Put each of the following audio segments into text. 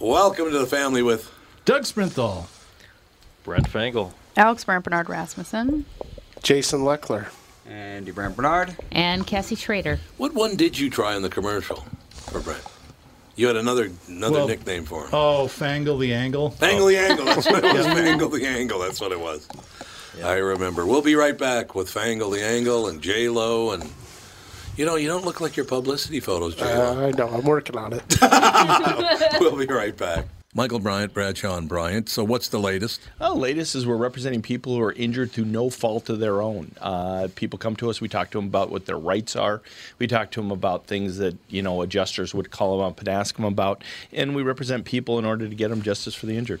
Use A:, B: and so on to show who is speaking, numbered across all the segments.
A: Welcome to the family with
B: Doug Sprinthal.
C: Brent Fangle.
D: Alex Brandt Bernard Rasmussen.
E: Jason Leckler.
F: Andy Brandt Bernard.
G: And Cassie Schrader.
A: What one did you try in the commercial for Brent? You had another another
B: Well,
A: nickname for him.
B: Oh, Fangle the Angle.
A: Angle the angle. That's what it was. Fangle the angle. That's what it was. I remember. We'll be right back with Fangle the angle and J Lo and. You know, you don't look like your publicity photos, J Lo.
E: Uh, I know. I'm working on it.
B: Uh-huh.
A: we'll be right back. Michael Bryant, Bradshaw and Bryant. So, what's the latest?
H: Well, latest is we're representing people who are injured through no fault of their own. Uh, people come to us. We talk to them about what their rights are. We talk to them about things that you know adjusters would call them up and ask them about, and we represent people in order to get them justice for the injured.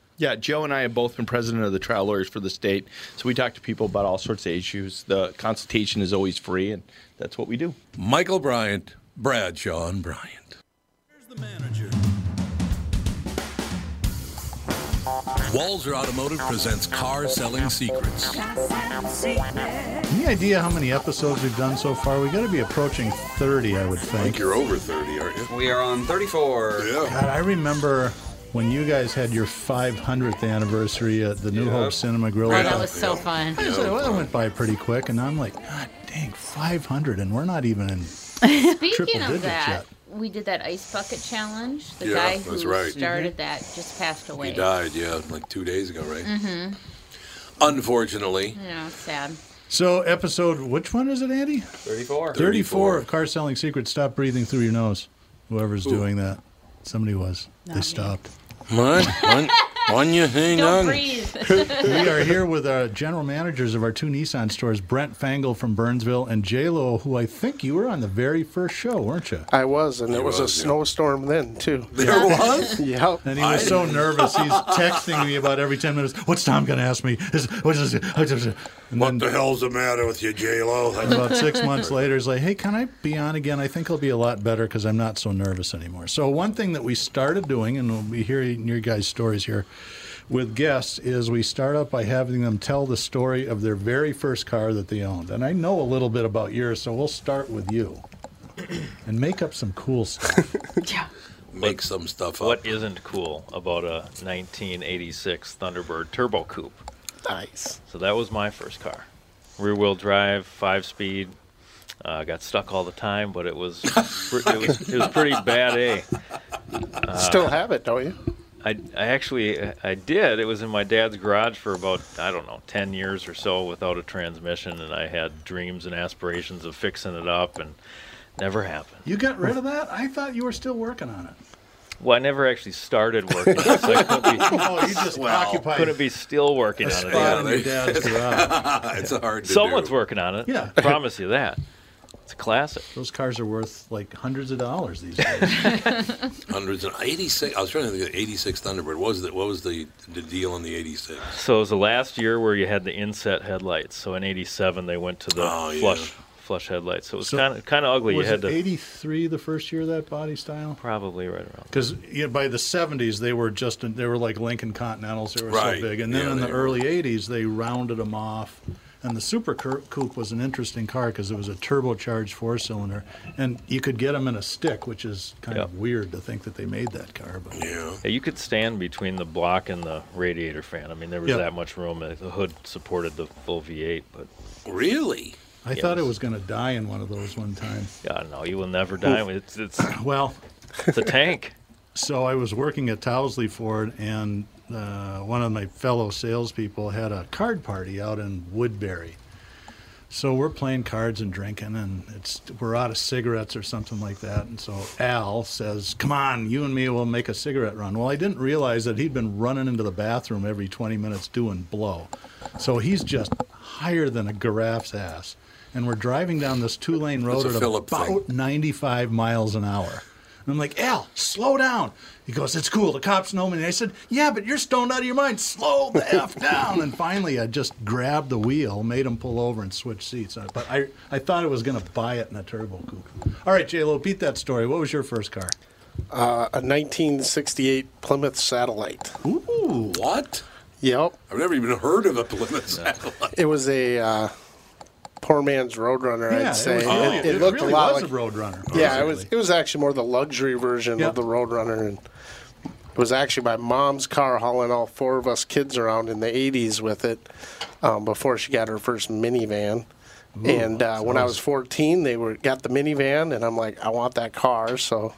H: Yeah, Joe and I have both been president of the trial lawyers for the state, so we talk to people about all sorts of issues. The consultation is always free, and that's what we do.
A: Michael Bryant, Bradshaw and Bryant. Walzer Automotive presents Car Selling Secrets.
B: Any idea how many episodes we've done so far? We got to be approaching 30, I would think.
A: over 30, aren't you?
F: We are on 34.
B: God, I remember when you guys had your 500th anniversary at the New Hope Cinema Grill.
G: Oh, that was so fun.
B: I was like, well, that went by pretty quick, and I'm like, God dang, 500, and we're not even in.
G: Speaking
B: Triple
G: of
B: digits
G: that,
B: yet.
G: we did that ice bucket challenge. The
A: Yeah,
G: guy who
A: that's right.
D: Mm-hmm.
G: started that just passed away.
A: He died, yeah, like two days ago, right? Mm-hmm. Unfortunately.
G: You know, it's sad.
B: So, episode, which one is it, Andy?
F: 34.
B: 34 of Car Selling Secrets. Stop breathing through your nose. Whoever's doing that, somebody was. they
G: me.
B: stopped.
A: What? on, on you hang
G: Don't
A: on.
G: breathe.
B: we are here with our general managers of our two Nissan stores, Brent Fangle from Burnsville and J-Lo, who I think you were on the very first show, weren't you?
E: I was, and
A: He
E: there was,
A: was,
E: a
A: yeah.
E: snowstorm then too.
A: There was?
E: Yeah.
B: And he was so nervous, he's texting me about every 10 minutes, what's Tom going to ask me? Is- What's this? what's this?" And
A: What
B: then
A: the hell's the matter with you, J-Lo?
B: about six months later, he's like, hey, can I be on again? I think I'll be a lot better because I'm not so nervous anymore. So one thing that we started doing, and we'll be hearing your guys' stories here, with guests is we start out by having them tell the story of their very first car that they owned. And I know a little bit about yours, so we'll start with you and make up some cool stuff.
A: Make some stuff up.
C: What isn't cool about a 1986 Thunderbird turbo coupe?
E: Nice.
C: So that was my first car. Rear wheel drive, five speed. Uh, got stuck all the time, but it was it was, it was pretty bad. eh? A.
E: Still have it, don't you?
C: I, I actually I did. It was in my dad's garage for about I don't know ten years or so without a transmission, and I had dreams and aspirations of fixing it up, and never happened.
B: you got rid of that? I thought you were still working on it.
C: Well, I never actually started working, on it, so I couldn't be,
B: Oh, you just occupied
C: couldn't be still working
B: a
C: on it.
B: spot in your dad's garage.
A: it's hard to
C: Someone's
A: do.
C: working on it.
B: Yeah.
C: promise you that. It's a classic.
B: Those cars are worth like hundreds of dollars these days.
A: Hundreds and 86. I was trying to think of 86 Thunderbird. What was the, what was the, the deal on the 86?
C: So it was the last year where you had the inset headlights. So in '87 they went to the
A: Oh, yeah.
C: flush flush headlights, so it was
B: So
C: kind of kind of ugly.
B: Was
C: you had
B: it
C: to
B: 83 the first year of that body style?
C: probably right around.
B: Because you know, by the 70s, they were just they were like Lincoln Continentals. They were
A: Right.
B: so big, and then
A: Yeah,
B: in the
A: they were.
B: early 80s, they rounded them off. And the Super Cou- Coupe was an interesting car because it was a turbocharged four cylinder, and you could get them in a stick, which is kind of
C: Yep.
B: weird to think that they made that car. But
A: Yeah.
C: Yeah, you could stand between the block and the radiator fan. I mean, there was
B: Yeah.
C: that much room. and The hood supported the full V8, but
A: Really?
B: I thought it was going to die in one of those one time.
C: yeah, no, you will never die. It's it's
B: Well,
C: it's a tank.
B: So I was working at Towsley Ford, and uh, one of my fellow salespeople had a card party out in Woodbury. So we're playing cards and drinking, and it's we're out of cigarettes or something like that. And so Al says, "Come on, you and me will make a cigarette run." Well, I didn't realize that he'd been running into the bathroom every 20 minutes doing blow. So he's just higher than a giraffe's ass. And we're driving down this two-lane road
A: That's a
B: at
A: Phillip thing.
B: about 95 miles an hour. And I'm like, Al, slow down. He goes, It's cool. The cops know me. And I said, Yeah, but you're stoned out of your mind. Slow the F down. And finally, I just grabbed the wheel, made him pull over, and switch seats. Uh, But I, I thought I was going to buy it in a turbo coupe. All right, J-Lo, beat that story. What was your first car?
E: Uh, a 1968 Plymouth Satellite.
B: Ooh.
A: What?
E: Yep.
A: I've never even heard of a Plymouth satellite.
E: It was a uh, poor man's Roadrunner,
B: Yeah,
E: I'd
B: It,
E: say.
B: was really,
E: it,
B: it
E: looked
B: really
E: a lot
B: was
E: like
B: a Roadrunner.
E: Yeah, it was.
B: basically.
E: It was actually more the luxury version
B: Yeah.
E: of the Roadrunner, and it was actually my mom's car hauling all four of us kids around in the '80s with it um, before she got her first minivan. and uh, when I was 14, they were got the minivan, and I'm like, I want that car, so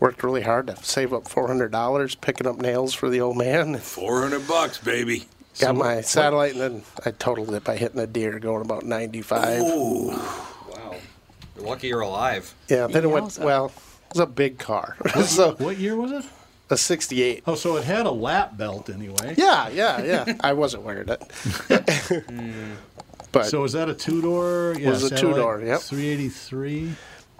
E: worked really hard to save up $400, picking up nails for the old man. and
A: 400 bucks, baby.
E: Got my satellite, and then I totaled it by hitting a deer going about 95.
F: Wow. You're lucky you're alive.
E: Yeah, then it went
D: Yowza.
E: well. It was a big car, so
B: What year was it?
E: a 68.
B: Oh, so it had a lap belt anyway.
E: Yeah, yeah, yeah. I wasn't wearing it. but
B: So is that a two-door? Yeah,
E: was a
B: satellite
E: two-door, yep.
B: 383.
E: mine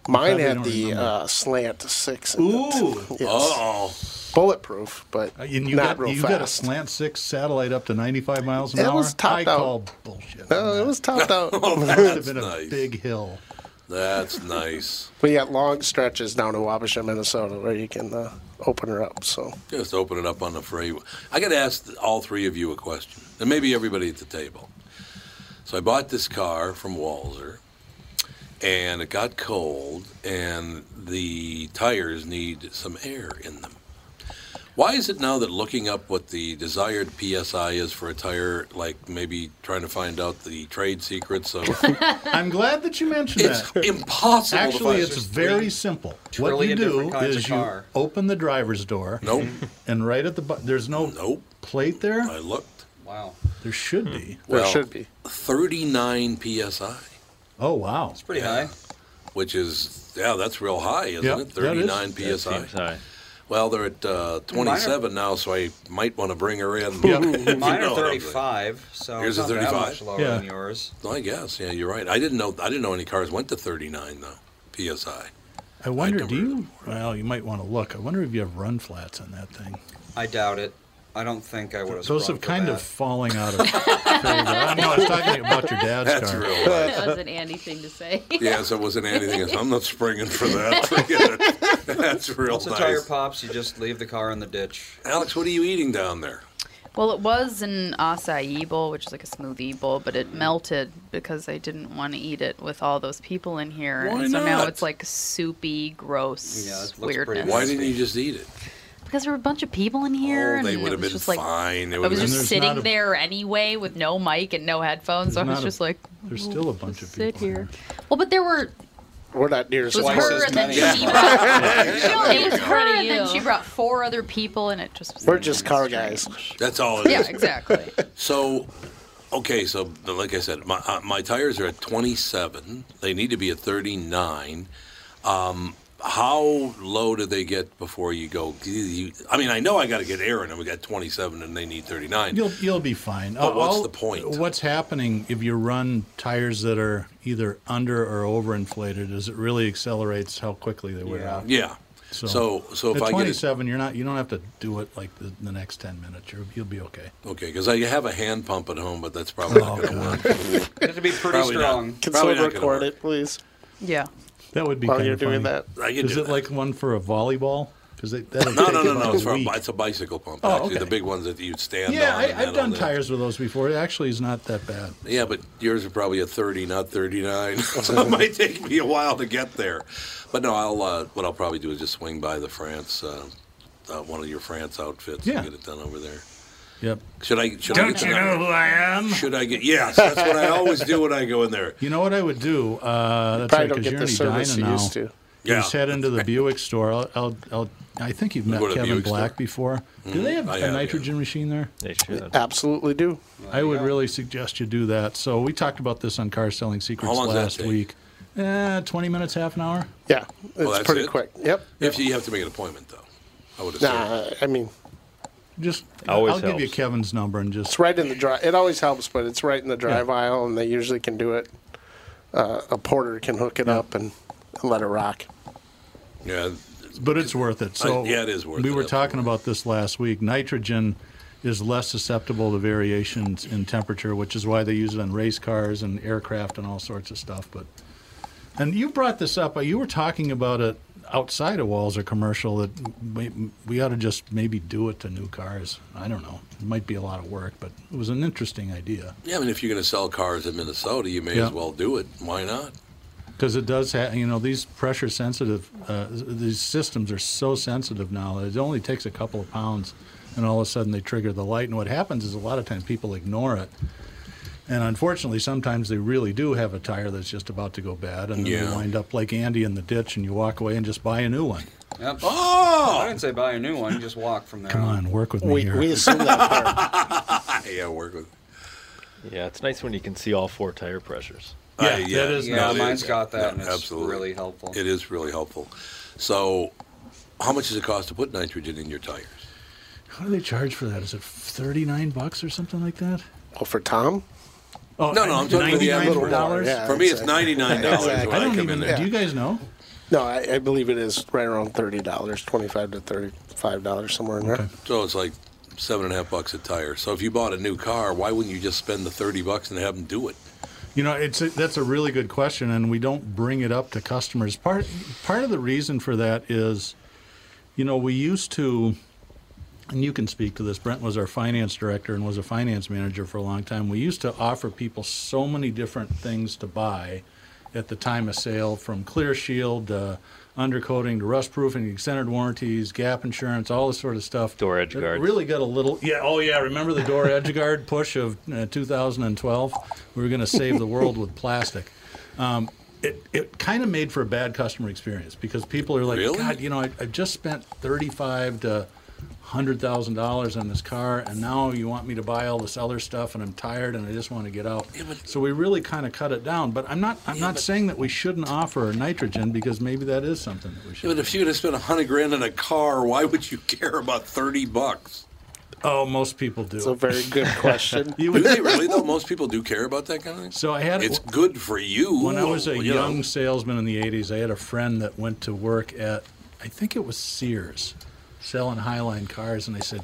B: probably
E: had
B: don't
E: the
B: remember.
E: uh, slant six. in it.
B: Ooh.
E: Yes.
A: Oh,
E: Bulletproof, but
B: Uh, And you got
E: not real
B: you
E: fast.
B: got a slant six satellite up to 95 miles an
E: It
B: hour.
E: was topped
B: I
E: out.
B: call bullshit.
E: No, it was topped out.
B: that would have been a
A: nice.
B: big hill.
A: that's nice.
E: we got long stretches down to Wabasha, Minnesota, where you can uh, open her up. So
A: Just open it up on the freeway. I got to ask all three of you a question, and maybe everybody at the table. So I bought this car from Walzer, and it got cold, and the tires need some air in them. Why is it now that looking up what the desired PSI is for a tire, like maybe trying to find out the trade secrets of
B: I'm glad that you mentioned
A: it's
B: that.
A: impossible. to
B: Actually,
A: find.
B: it's
F: There's
B: very
F: three
B: simple. What you
F: trillion
B: do
F: different kinds
B: is
F: of
B: you
F: car.
B: open the driver's door,
A: nope,
B: and right at the bu- there's no
A: Nope.
B: plate there.
A: I looked.
F: Wow.
B: There should be.
E: there
A: Well,
E: should be.
A: 39 psi, Hmm.
B: Oh wow.
F: It's pretty high.
A: which is, yeah, that's real high, isn't
B: Yep,
A: it?
B: that is.
A: 39
C: That
A: psi.
C: seems high.
A: Well, they're at uh, 27 now, so I might want to bring her in. If you
F: Mine
A: know
F: are
A: what I'm saying.
F: 35, so
A: Yours
F: it's
A: is
F: not that
A: 35?
F: much lower
B: Yeah.
F: than yours.
A: I guess, yeah, you're right. I didn't know. I didn't know any cars went to 39 though. PSI.
B: I wonder.
A: I'd
B: do
A: never
B: you? Well, you might want to look. I wonder if you have run flats on that thing.
F: I doubt it. I don't think I would have.
B: Those
F: sprung
B: have
F: for
B: kind
F: that.
B: of falling out of. favor. I know. I was talking about your dad's
A: That's
B: car.
A: real. Right.
G: That was an Andy thing to say.
A: Yes, it wasn't anything else. I'm not springing for that. Forget it. That's real
F: Once the tire
A: nice.
F: pops, you just leave the car in the ditch.
A: Alex, what are you eating down there?
D: Well, it was an acai bowl, which is like a smoothie bowl, but
A: Mm.
D: it melted because I didn't want to eat it with all those people in here.
A: Why
D: and so
A: not?
D: now it's like soupy, gross
F: Yeah, it looks pretty
D: weirdness.
A: Why didn't you just eat it?
D: Because there were a bunch of people in here.
A: Oh, they
D: and
A: would
D: it
A: have
D: was
A: been
D: just like,
A: fine. They
D: I
A: would
D: was
A: have
D: just
B: there's
D: sitting
B: not a-
D: there anyway with no mic and no headphones. So I
B: There's not
D: was
B: a-
D: just like,
B: There's still a bunch of
D: just
B: people.
D: sit
B: in
D: here.
B: there.
D: Well, but there were
E: We're not near as
D: It was
F: Twice
E: far.
D: her
F: as
D: and then
F: many.
D: she
F: Yeah.
D: brought. no,
A: there
D: it was
A: you go.
D: her and then
G: You.
D: she brought four other people, and it just was.
E: We're
D: like,
E: just
D: that's
E: car
D: strange.
E: guys.
A: That's all. It is.
D: Yeah, exactly.
A: So, okay, so like I said, my, uh, my tires are at 27. They need to be at 39. Um, how low do they get before you go? you- I mean, I know I got to get air in them. We got 27 and they need 39.
B: You'll you'll be fine.
A: But what's
B: all-
A: the point?
B: What's happening if you run tires that are either under or overinflated is it really accelerates how quickly they wear
F: Yeah.
B: out.
A: yeah.
B: So,
A: So- so if
B: at
A: I get it-
B: 27, you're not you don't have to do it like the, the next 10 minutes. You're, you'll be okay.
A: Okay, because I have a hand pump at home, but that's probably not going to
B: Oh,
A: work. it
F: has to be pretty strong.
E: Can someone record it, please?
D: Yeah.
B: That would be
E: While
B: kinda
E: you're doing
B: funny.
E: that. I
A: could
B: Is
A: do
B: it like one for a volleyball? Because they that'll
A: No,
B: take
A: no, no,
B: about
A: no.
B: a
A: It's, for a,
B: week.
A: bi- it's a bicycle pump.
B: Oh,
A: actually, the
B: okay.
A: big ones that you'd stand
B: yeah,
A: on. and
B: I, I've
A: that'll
B: done
A: do.
B: tires with those before. It actually is not that bad.
A: Yeah, but yours are probably a 30, not 39. so it might take me a while to get there. But no, I'll uh, what I'll probably do is just swing by the France, uh, uh, one of your France outfits,
B: Yeah.
A: and get it done over there.
B: Yep.
A: Should I? Should I
B: Don't
A: get
B: you
A: the
B: know
A: number?
B: who I am?
A: Should I get? Yes, that's what I always do when I go in there.
B: You know what I would do? Uh, that's
E: probably
B: right,
E: don't
B: 'cause
E: get
B: you're
E: the
B: in
E: service
B: Edina
E: you
B: now.
E: used to.
A: Yeah,
B: just head into the Buick store. I'll, I'll, I'll, I think you've
A: You
B: met
A: go to
B: Kevin
A: Buick store?
B: Black before. Do they have
A: I
B: a
A: have, yeah.
B: nitrogen machine there?
C: They should.
E: Absolutely do.
B: I would really suggest you do that. So we talked about this on Car Selling Secrets
A: long's that
B: last
A: take?
B: week. Eh, 20 minutes, half an hour.
E: Yeah, it's
A: Well, that's
E: pretty
A: it?
E: quick. Yep.
A: If you have to make an appointment, though, I would assume.
E: Nah, I mean,
B: Just
C: Always
B: I'll give you
C: helps.
B: Kevin's number and just
E: it's right in the drive. It always helps, but it's right in the drive aisle, and they usually can do it. Uh, a porter can hook it up and, and let it rock.
A: Yeah,
B: but it's worth it. So
A: I- yeah, it is worth
B: We
A: it,
B: were talking
A: absolutely.
B: about this last week. Nitrogen is less susceptible to variations in temperature, which is why they use it on race cars and aircraft and all sorts of stuff. But and you brought this up. uh, You were talking about it outside of walls or commercial that we, we ought to just maybe do it to new cars. I don't know. It might be a lot of work, but it was an interesting idea
A: yeah. I mean, if you're going to sell cars in Minnesota, you may
B: Yeah.
A: as well do it. Why not?
B: because it does have you know these pressure sensitive uh, these systems are so sensitive now that it only takes a couple of pounds and all of a sudden they trigger the light and what happens is a lot of times people ignore it and unfortunately sometimes they really do have a tire that's just about to go bad and then
A: Yeah.
B: you wind up like andy in the ditch and you walk away and just buy a new one
F: Yep. I
A: Oh,
F: didn't say buy a new one. Just walk from there.
A: Um,
B: come on work with me
E: We,
B: here
E: we assume that part.
A: yeah, work with.
C: Yeah, it's nice when you can see all four tire pressures.
B: Yeah,
A: I-
B: that is
F: Yeah,
A: it
F: mine's
A: is.
F: got that,
A: No,
F: and it's really helpful.
A: It is really helpful. So, how much does it cost to put nitrogen in your tires?
B: how do they charge for that is it 39 bucks or something like that
E: Well, for Tom,
B: oh
A: No, no, I'm talking about the
B: $99
A: actual
B: dollars?
E: Yeah,
A: For me, it's
E: exactly.
A: ninety nine dollars
E: Exactly.
B: i
A: when I,
B: don't
A: come in
B: even
A: there.
B: do you guys know
E: no, I, I believe it is right around thirty dollars, twenty-five to thirty-five dollars somewhere in there.
A: So it's like seven and a half bucks a tire. So if you bought a new car, why wouldn't you just spend the thirty bucks and have them do it?
B: You know, it's a, that's a really good question, and we don't bring it up to customers. Part part of the reason for that is, you know, we used to, and you can speak to this. Brent was our finance director and was a finance manager for a long time. We used to offer people so many different things to buy at the time of sale, from clear shield to undercoating to rust proofing, extended warranties, gap insurance, all this sort of stuff.
C: Door edge
B: That
C: guards.
B: Really got a little yeah. Oh yeah, remember the door edge guard push of uh, 2012? We were going to save the world with plastic. Um, it it kind of made for a bad customer experience because people are like,
A: Really?
B: God, you know, I, I just spent 35 to hundred thousand dollars on this car, and now you want me to buy all this other stuff, and I'm tired, and I just want to get out.
A: but-
B: so we really kind of cut it down. But I'm not I'm not saying that we shouldn't offer nitrogen because maybe that is something that we should.
A: But if you would have spent a hundred grand on a car, why would you care about thirty bucks?
B: oh, most people do.
E: It's a very good question.
B: You
A: Do
B: would-
A: they really though? Most people do care about that kind of thing.
B: so I had
A: it's good for you.
B: When I was a
A: you know.
B: young salesman in the 80s, I had a friend that went to work at, I think it was Sears, selling Highline cars. And I said,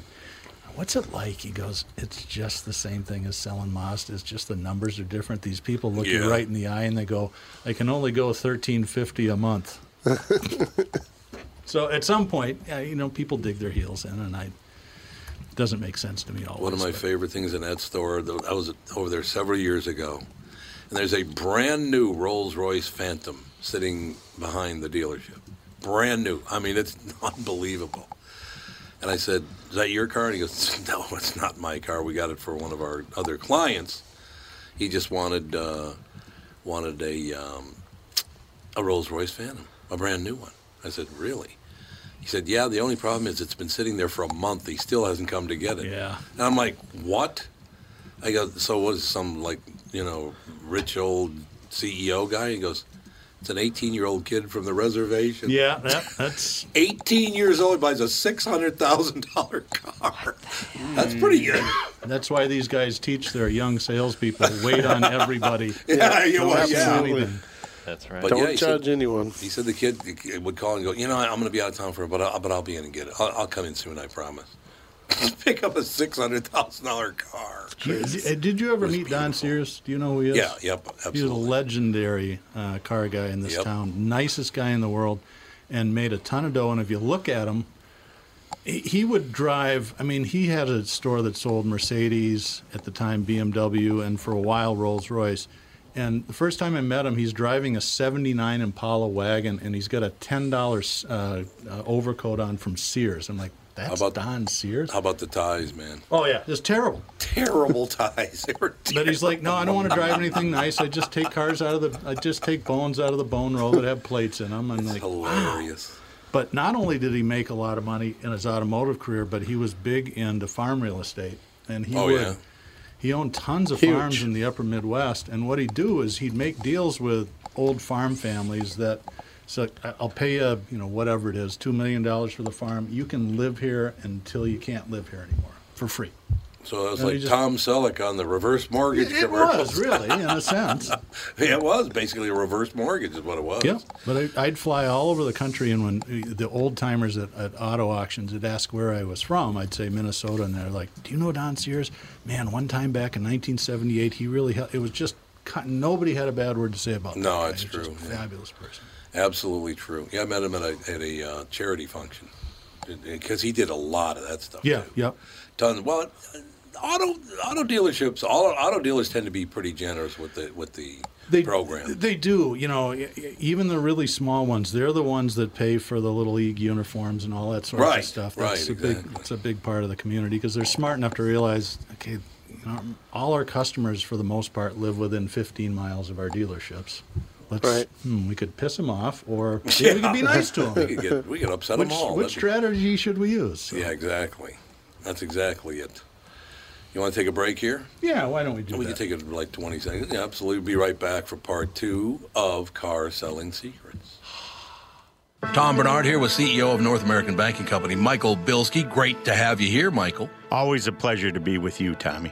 B: What's it like? He goes, It's just the same thing as selling Mazda. It's just the numbers are different. These people look
A: Yeah.
B: you right in the eye and they go, I can only go 1350 a month. so at some point, yeah, you know, people dig their heels in, and I. It doesn't make sense to me always.
A: One of my
B: but-
A: favorite things in that store, though, I was over there several years ago, and there's a brand new Rolls Royce Phantom sitting behind the dealership. Brand new. I mean, it's unbelievable. And I said, Is that your car? And he goes, No, it's not my car. We got it for one of our other clients. He just wanted uh, wanted a, um, a Rolls Royce Phantom, a brand new one. I said, Really? He said, Yeah, the only problem is it's been sitting there for a month. He still hasn't come to get it.
B: Yeah.
A: And I'm like, What? I go, So was some like, you know, rich old CEO guy? He goes, It's an 18 year old kid from the reservation.
B: Yeah, that, that's
A: 18 years old, buys a $600,000 car. That's pretty good.
B: That's why these guys teach their young salespeople wait on everybody.
A: Yeah, you
B: Don't
A: want-
B: have to do
A: yeah.
B: anything.
C: That's right.
A: But
E: Don't
A: he
E: judge anyone.
A: He said the kid would call and go, you know, I'm going to be out of town for, but I'll, but I'll be in and get it. I'll, I'll come in soon, I promise. Pick up a six hundred thousand dollar car.
B: You- d- Did you ever meet Don Sears? Do you know who he is?
A: Yeah, yep,
B: He's a legendary uh, car guy in this
A: Yep.
B: town, nicest guy in the world, and made a ton of dough. And if you look at him, he- he would drive. I mean, he had a store that sold Mercedes at the time, BMW, and for a while Rolls Royce. And the first time I met him, he's driving a '79 Impala wagon, and he's got a ten dollars uh, uh, overcoat on from Sears. I'm like,
A: How
B: that's
A: about
B: Don Sears?
A: How about the ties, man?
B: Oh yeah, it's terrible.
A: Terrible ties. They were
B: But he's like, no, I don't want to drive anything nice. I just take cars out of the, I just take bones out of the bone roll that have plates in them. And like,
A: hilarious.
B: But not only did he make a lot of money in his automotive career, but he was big into farm real estate, and he
A: Oh,
B: would,
A: yeah.
B: he owned tons of
E: Huge.
B: farms in the upper Midwest. And what he'd do is he'd make deals with old farm families that. So I'll pay you, you know, whatever it is, two million dollars for the farm. You can live here until you can't live here anymore for free.
A: So it was
B: No, he
A: like
B: just-
A: Tom Selleck on the reverse mortgage
B: It
A: commercial.
B: was really, in a sense.
A: Yeah, it was basically a reverse mortgage is what it was.
B: Yeah, but I, I'd fly all over the country, and when eh, the old timers at, at auto auctions would ask where I was from, I'd say Minnesota, and they're like, "Do you know Don Sears? Man, one time back in 1978, he really hel- it was just cut- nobody had a bad word to say about that
A: No,
B: guy.
A: it's
B: He's just
A: true,
B: a
A: yeah.
B: fabulous person.
A: Absolutely true. Yeah, I met him at a, at a uh, charity function because he did a lot of that stuff.
B: Yeah,
A: too.
B: yep.
A: Tons. Well, auto auto dealerships, all auto dealers tend to be pretty generous with the with the
B: They,
A: program.
B: They do, you know, e- e- even the really small ones, they're the ones that pay for the little league uniforms and all that sort
A: Right,
B: of stuff.
A: right,
B: That's a
A: exactly.
B: big, it's a big part of the community because they're smart enough to realize, okay, you know, all our customers for the most part live within 15 miles of our dealerships. Let's,
E: Right.
B: hmm, we could piss them off or we could be nice to
A: we,
B: them.
A: could get, we could upset
B: which
A: them all.
B: which
A: That'd
B: strategy should we use?
A: be- yeah, exactly. That's exactly it. You want to take a break here?
B: Yeah, why don't we do
A: we
B: that?
A: can take it for like 20 seconds. Yeah, absolutely. Be right back for part two of Car Selling Secrets. Tom Bernard here with CEO of North American Banking Company, Michael Bilski. Great to have you here, Michael.
I: Always a pleasure to be with you, Tommy.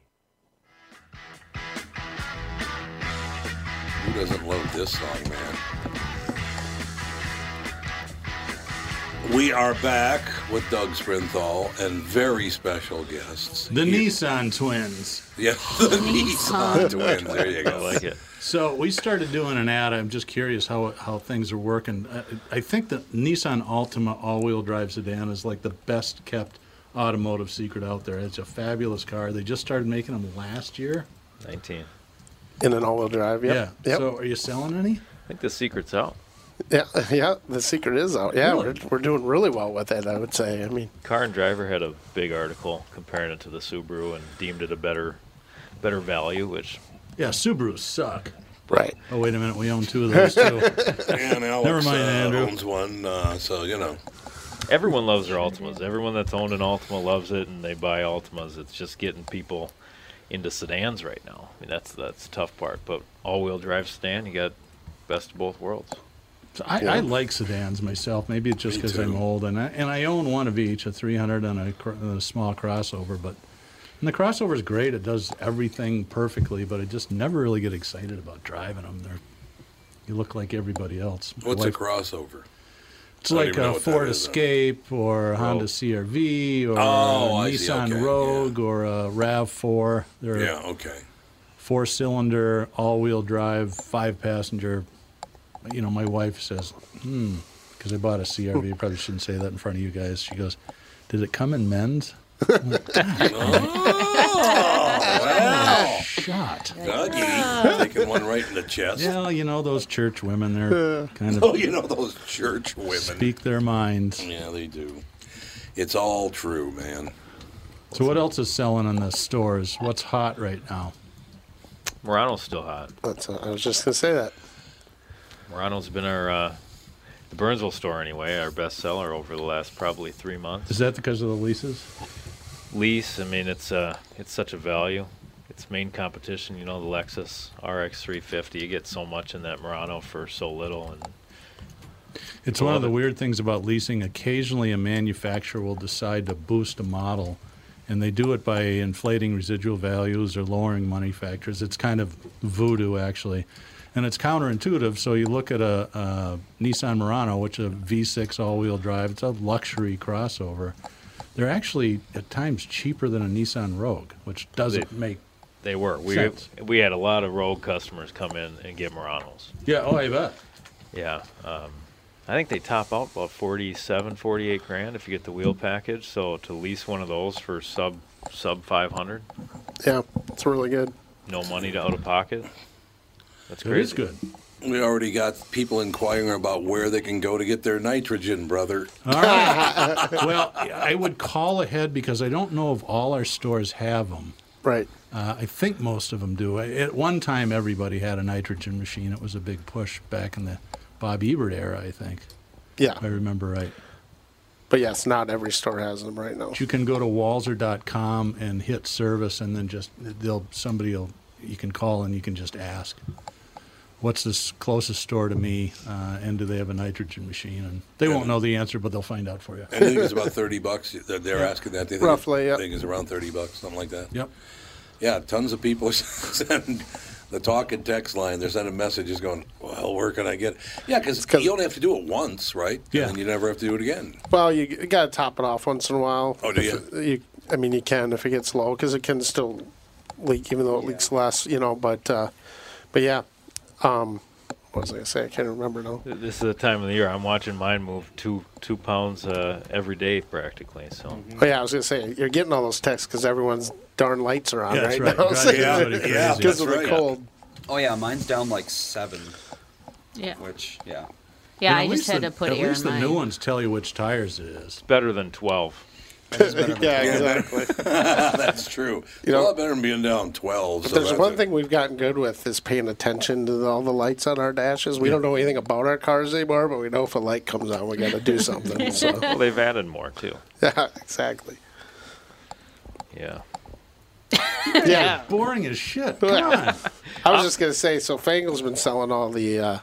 A: Who doesn't love this song, man? We are back with Doug Sprinthal and very special guests.
B: The Nissan twins.
A: Yeah, the Nissan twins. There you go.
C: I like it.
B: So we started doing an ad. I'm just curious how how things are working. I, I think the Nissan Altima all-wheel drive sedan is like the best kept automotive secret out there. It's a fabulous car. They just started making them last year.
C: 19.
E: In an all-wheel drive. Yep.
B: Yeah.
E: Yep.
B: So are you selling any?
C: I think the secret's out.
E: Yeah, yeah. The secret is out. Yeah, we're, we're doing really well with it. I would say. I mean,
C: Car and Driver had a big article comparing it to the Subaru and deemed it a better, better value, which
B: Yeah, Subarus suck.
E: Right.
B: Oh, wait a minute. We own two of those, too.
A: and Alex,
B: Never mind,
A: uh,
B: Andrew.
A: owns one, uh, so you know.
C: Everyone loves their Altimas. Everyone that's owned an Altima loves it, and they buy Altimas. It's just getting people into sedans right now. I mean, that's that's the tough part. But all-wheel drive sedan, you got best of both worlds.
B: So I, I like sedans myself. Maybe it's just
C: Me
B: because
C: too.
B: I'm old, and I, and I own one of each, a 300 and a, cr- and a small crossover. But and the crossover is great; it does everything perfectly. But I just never really get excited about driving them. They're you look like everybody else. My
A: What's a
B: wife-
A: crossover?
B: It's
A: I don't
B: like
A: even know
B: a
A: what that
B: Ford
A: is, though.
B: Escape or a Honda CRV or
A: Oh,
B: a
A: I see,
B: Nissan
A: okay,
B: Rogue or a Rav4. They're
A: Yeah, okay.
B: four cylinder, all wheel drive, five passenger. You know, my wife says, hmm, because I bought a CRV. You probably shouldn't say that in front of you guys. She goes, Did it come in men's? I'm like,
A: Oh.
B: Shot.
A: Dougie taking one right in the chest.
B: yeah, you know, those church women, they're kind of
A: oh, you know those church women.
B: speak their minds.
A: Yeah, they do. It's all true, man.
B: So, what else is selling in the stores? What's hot right now?
C: Murano's still hot.
E: That's, uh, I was just gonna say that.
C: Murano's been our uh, the Burnsville store anyway, our best seller over the last probably three months.
B: Is that because of the leases?
C: lease. I mean, it's uh, it's such a value. Its main competition, you know, the Lexus RX 350. You get so much in that Murano for so little, and
B: It's one of the weird things about leasing. Occasionally, a manufacturer will decide to boost a model, and they do it by inflating residual values or lowering money factors. It's kind of voodoo, actually. And it's counterintuitive. So you look at a, a Nissan Murano, which is a V6 all wheel drive, it's a luxury crossover. They're actually at times cheaper than a Nissan Rogue, which doesn't
C: They-
B: make
C: they were. We
B: Sense.
C: we had a lot of road customers come in and get Muranos.
B: Yeah, oh, I bet.
C: Yeah. Um, I think they top out about 47, 48 grand if you get the wheel package. So to lease one of those for sub sub 500,
E: Yeah, it's really good.
C: no money to out of pocket. That's
B: That is
C: crazy.
B: good.
A: We already got people inquiring about where they can go to get their nitrogen, brother.
B: All right. well, I would call ahead because I don't know if all our stores have them.
E: Right.
B: Uh, I think most of them do. I- At one time, everybody had a nitrogen machine. It was a big push back in the Bob Ebert era, I think.
E: Yeah.
B: If I remember right.
E: But yes, not every store has them right now.
B: But you can go to walzer.com and hit service, and then just they'll somebody will you can call and you can just ask, "What's this closest store to me? Uh, and do they have a nitrogen machine?" And they won't know the answer, but they'll find out for you.
A: I think it's about thirty bucks. They're, they're
B: Yeah.
A: asking that. They think
B: Roughly,
A: it's-
B: yeah.
A: I think it's around thirty bucks, something like that.
B: Yep.
A: Yeah, tons of people send the talk and text line. They're sending messages going, "Well, where can I get?" It? Yeah, because you only have to do it once, right? Yeah. And you never have to do it again.
E: Well, you, you got to top it off once in a while.
A: Oh, do
E: If- you- I mean, you can if it gets low because it can still leak, even though it leaks less, you know. But, uh, but yeah. Um, what was I gonna say? I can't remember now.
C: Th- This is the time of the year I'm watching mine move two two pounds uh, every day practically. So
E: Oh yeah, I was gonna say you're getting all those texts because everyone's darn lights are on
C: Yeah,
E: right,
C: that's right.
E: now.
C: Drives everybody crazy.
E: yeah,
F: That's
E: because of the
F: right.
E: cold.
F: Oh yeah, mine's down like seven.
G: Yeah.
F: Which yeah.
G: Yeah,
B: But at
G: I just
B: least
G: had
B: the-
G: to put
B: At
G: air
B: least
G: in
B: the
G: mine.
B: new ones tell you which tires it is. It's
C: better than twelve.
E: yeah, exactly.
A: That's true.
E: You
A: it's a
E: know-
A: lot better than being down twelve.
E: But
A: so
E: there's
A: that's
E: one
A: a-
E: thing we've gotten good with is paying attention to all the lights on our dashes. We don't know anything about our cars anymore, but we know if a light comes on, we got to do something. So.
C: well, they've added more too.
E: Yeah, exactly.
C: Yeah.
E: Yeah.
B: boring as shit. Come on.
E: I was just gonna say, so Fangle's been selling all the uh,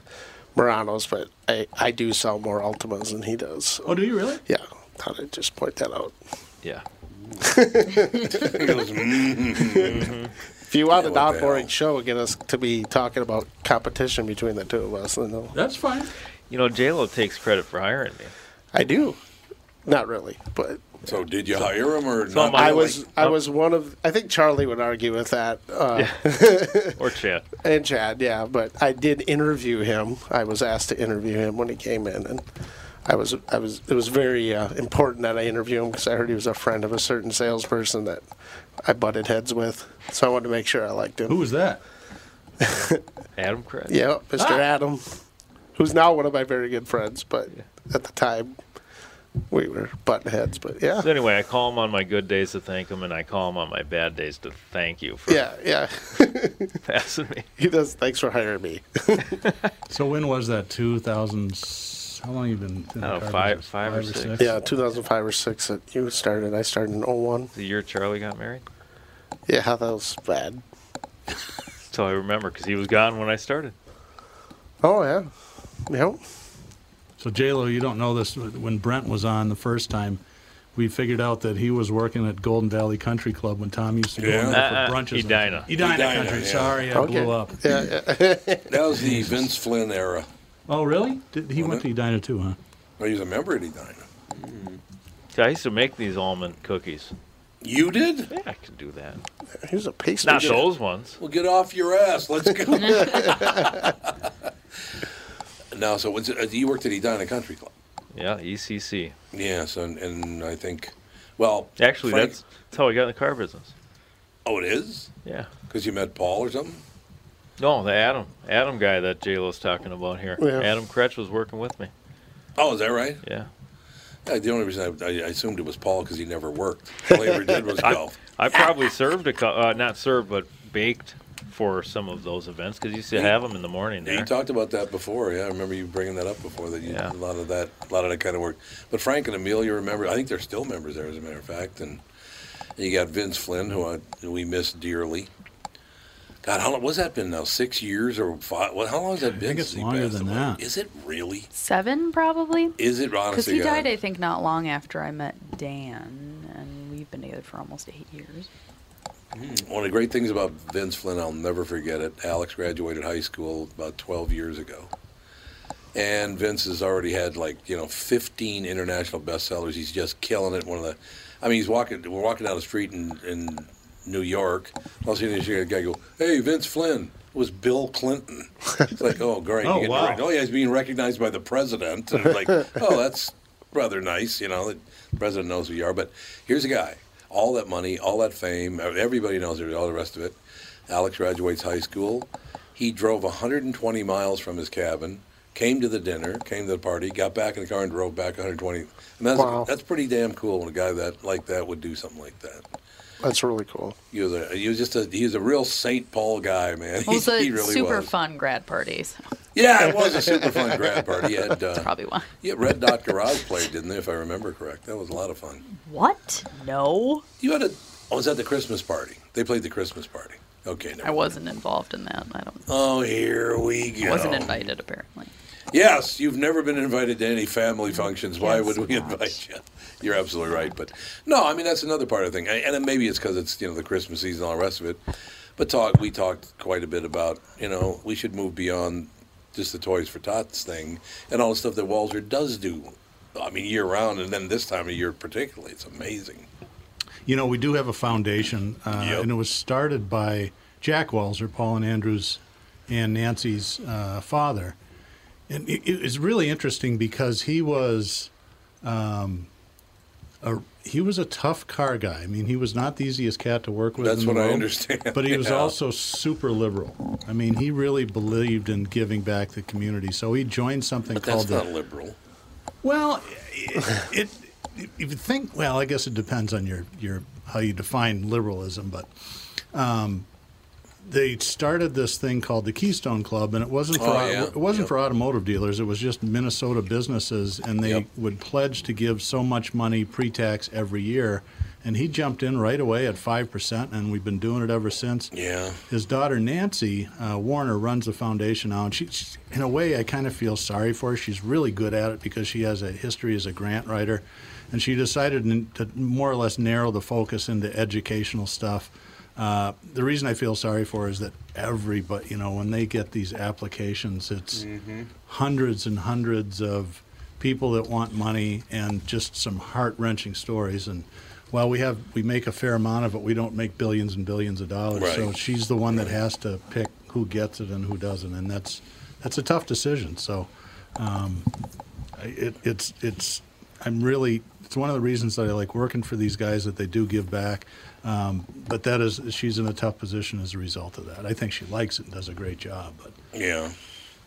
E: Muranos, but I, I do sell more Ultimas than he does. so-
B: Oh, do you really?
E: Yeah, thought I'd just point that out.
C: Yeah.
E: If you want an outboard show, get us to be talking about competition between the two of us. Then they'll-
B: That's fine.
C: You know, J Lo takes credit for hiring me.
E: I do. Not really, but
A: So did you hire him or
C: So
A: not?
C: am I
E: I was
C: like-
E: I was one of. I think Charlie would argue with that. Uh,
C: or Chad.
E: And Chad, yeah, but I did interview him. I was asked to interview him when he came in, and I was, I was, it was very uh, important that I interview him because I heard he was a friend of a certain salesperson that I butted heads with, so I wanted to make sure I liked him.
B: Who was that?
C: Adam Craig.
E: Yeah, Mr.
C: Ah.
E: Adam. who's now one of my very good friends, but at the time we were butt heads. But yeah,
C: So anyway, I call him on my good days to thank him, and I call him on my bad days to thank you for
E: yeah, yeah.
C: passing me.
E: He does. Thanks for hiring me.
B: So when was that? 2000. How long you been? In
C: I don't know,
B: car
C: five-
B: business?
C: five or six.
E: Yeah, 2005 or six that you started. I started in 01.
C: The year Charlie got married.
E: Yeah, that was bad.
C: So I remember because he was gone when I started.
E: Oh yeah, yep.
B: So JLo, you don't know this. When Brent was on the first time, we figured out that he was working at Golden Valley Country Club when Tom used to go in there
C: Uh,
B: for
C: uh,
B: brunches.
C: Edina.
B: Edina, Country.
A: yeah.
B: Sorry, I blew up.
A: that was the Vince Flynn era.
B: Oh really? Did, he went
A: Wasn't
B: to Edina too, huh?
A: Oh, he's a member at Edina.
C: See, I used to make these almond cookies.
A: You did?
C: Yeah, I could do that.
E: He was a pastry.
C: Not those ones.
A: Well, get off your ass. Let's go. no, so what's it, uh, you worked at Edina Country Club.
C: Yeah, E ECC.
A: Yes, and, and I think, well,
C: Actually,
A: Frank-
C: that's, that's how I got in the car business.
A: oh, it is
C: Yeah.
A: because you met Paul or something.
C: No, the Adam Adam guy that J Lo's talking about here.
A: Yeah.
C: Adam Kretsch was working with me.
A: Oh, is that right?
C: Yeah.
A: Yeah, the only reason I, I assumed it was Paul because he never worked. All he ever did was
C: I-
A: golf.
C: I probably served a cou- uh, not served but baked for some of those events because you used to
A: You-
C: have them in the morning.
A: Yeah, you
C: There.
A: talked about that before. Yeah, I remember you bringing that up before. That you did a lot of that, a lot of that kind of work. But Frank and Amelia remember. I think they're still members there, as a matter of fact. And you got Vince Flynn, who, I, who we miss dearly. God, how long was that been now? Six years or five? What, how long has that been? I think it's longer than that. Is it really?
D: Seven, probably.
A: Is it honestly?
D: Because he
A: God?
D: died, I think, not long after I met Dan, and we've been together for almost eight years.
A: One of the great things about Vince Flynn, I'll never forget it. Alex graduated high school about 12 years ago. And Vince has already had like, you know, 15 international bestsellers. He's just killing it. One of the, I mean, he's walking, we're walking down the street in, in New York. All of a sudden, you hear a guy go, Hey, Vince Flynn. It was Bill Clinton. It's like, oh, great.
B: Oh,
A: You're getting
B: wow.
A: rec- Oh, yeah, he's being recognized by the president. And like, oh, that's rather nice. You know, the president knows who you are. But here's a guy. All that money, all that fame, everybody knows it, all the rest of it. Alex graduates high school. He drove 120 miles from his cabin, came to the dinner, came to the party, got back in the car and drove back 120. And that's,
E: Wow.
A: that's pretty damn cool when a guy that like that would do something like that.
E: That's really cool.
A: He was, a, he was just a he was a real St. Paul guy, man.
D: Well, it was
A: he,
D: a
A: he really
D: super
A: was.
D: fun grad party. So.
A: Yeah, it was a super fun grad party. You had, uh, That's
D: probably why.
A: Yeah, Red Dot Garage played, didn't they? If I remember correct, that was a lot of fun.
D: What? No.
A: You had a. Oh, was that the Christmas party? They played the Christmas party. Okay. Never
D: I wasn't involved in that. I don't.
A: Oh, here we go.
D: I wasn't invited, apparently.
A: Yes, you've never been invited to any family functions. Why would we invite you? You're absolutely right. But no, I mean that's another part of the thing, and then maybe it's because it's you know the Christmas season and all the rest of it. But talk we talked quite a bit about you know we should move beyond just the toys for tots thing and all the stuff that Walzer does do. I mean year round, and then this time of year particularly, it's amazing.
B: You know, we do have a foundation, uh, and it was started by Jack Walzer, Paul and Andrew's and Nancy's uh, father. And it, it was really interesting because he was, um, a, he was a tough car guy. I mean, he was not the easiest cat to work with.
A: That's
B: in the
A: what I
B: world,
A: understand,
B: But he was
A: yeah.
B: also super liberal. I mean, he really believed in giving back the community. So he joined something
A: But
B: called
A: that's not
B: the
A: liberal.
B: well, it, it, if you think, well, I guess it depends on your, your how you define liberalism, but um, they started this thing called the Keystone Club, and it wasn't for
A: Oh,
B: au-
A: yeah.
B: it wasn't for automotive dealers. It was just Minnesota businesses, and they would pledge to give so much money pre-tax every year. And he jumped in right away at five percent, and we've been doing it ever since.
A: Yeah.
B: His daughter Nancy uh, Warner runs the foundation now, and she, she- in a way, I kind of feel sorry for her. She's really good at it because she has a history as a grant writer, and she decided n- to more or less narrow the focus into educational stuff. Uh, the reason I feel sorry for her is that everybody, you know, when they get these applications, it's hundreds and hundreds of people that want money and just some heart wrenching stories. And while we have we make a fair amount of it, we don't make billions and billions of dollars. So
A: Right.
B: she's the one that has to pick who gets it and who doesn't, and that's that's a tough decision. So um, I- it, it's it's I'm really it's one of the reasons that I like working for these guys that they do give back. Um, but that is she's in a tough position as a result of that. I think she likes it and does a great job, but.
A: Yeah.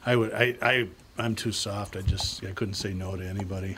B: I would I, I I'm too soft. I just I couldn't say no to anybody.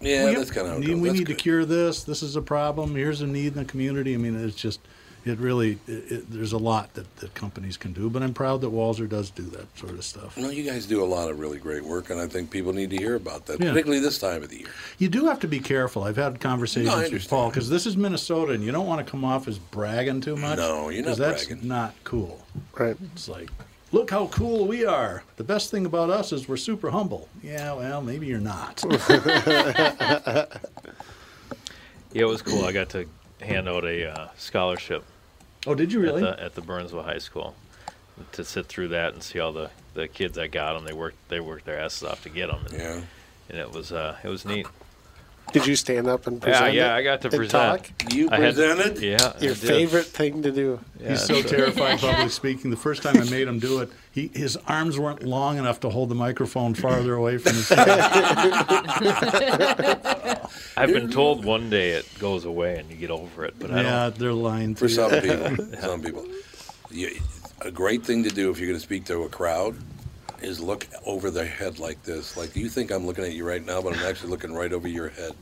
A: Yeah,
B: Well,
A: that's kinda how it
B: we
A: goes.
B: need
A: That's
B: to cure this. This is a problem. Here's a need in the community. I mean, it's just it really it, it, there's a lot that, that companies can do. But I'm proud that Walzer does do that sort of stuff.
A: No, you guys do a lot of really great work, and I think people need to hear about that,
B: Yeah.
A: particularly this time of the year.
B: You do have to be careful. I've had conversations
A: No, I
B: with Paul because this is Minnesota, and you don't want to come off as bragging too much.
A: No, you're
B: 'cause
A: not
B: that's
A: bragging.
B: Not cool.
E: Right.
B: It's like, look how cool we are. The best thing about us is we're super humble. Yeah, well, maybe you're not.
C: Yeah, it was cool. I got to hand out a uh, scholarship.
B: Oh, did you really?
C: At the, at the Burnsville High School, to sit through that and see all the, the kids that got them. They worked they worked their asses off to get them. And,
A: yeah.
C: And it was uh, it was neat.
E: Did you stand up and
C: Yeah,
E: present?
C: yeah,
E: it
C: I got to
E: and
C: present.
E: Talk?
C: You I had- presented? yeah, I
E: Your
C: did.
E: favorite thing to do.
B: He's so terrified public speaking. The first time I made him do it, he, his arms weren't long enough to hold the microphone farther away from his head.
C: I've been told one day it goes away and you get over it, but I don't.
B: yeah, they're lying to
A: For
B: you.
A: some people, some people, you, a great thing to do if you're going to speak to a crowd is look over their head like this. Like you think I'm looking at you right now, but I'm actually looking right over your head.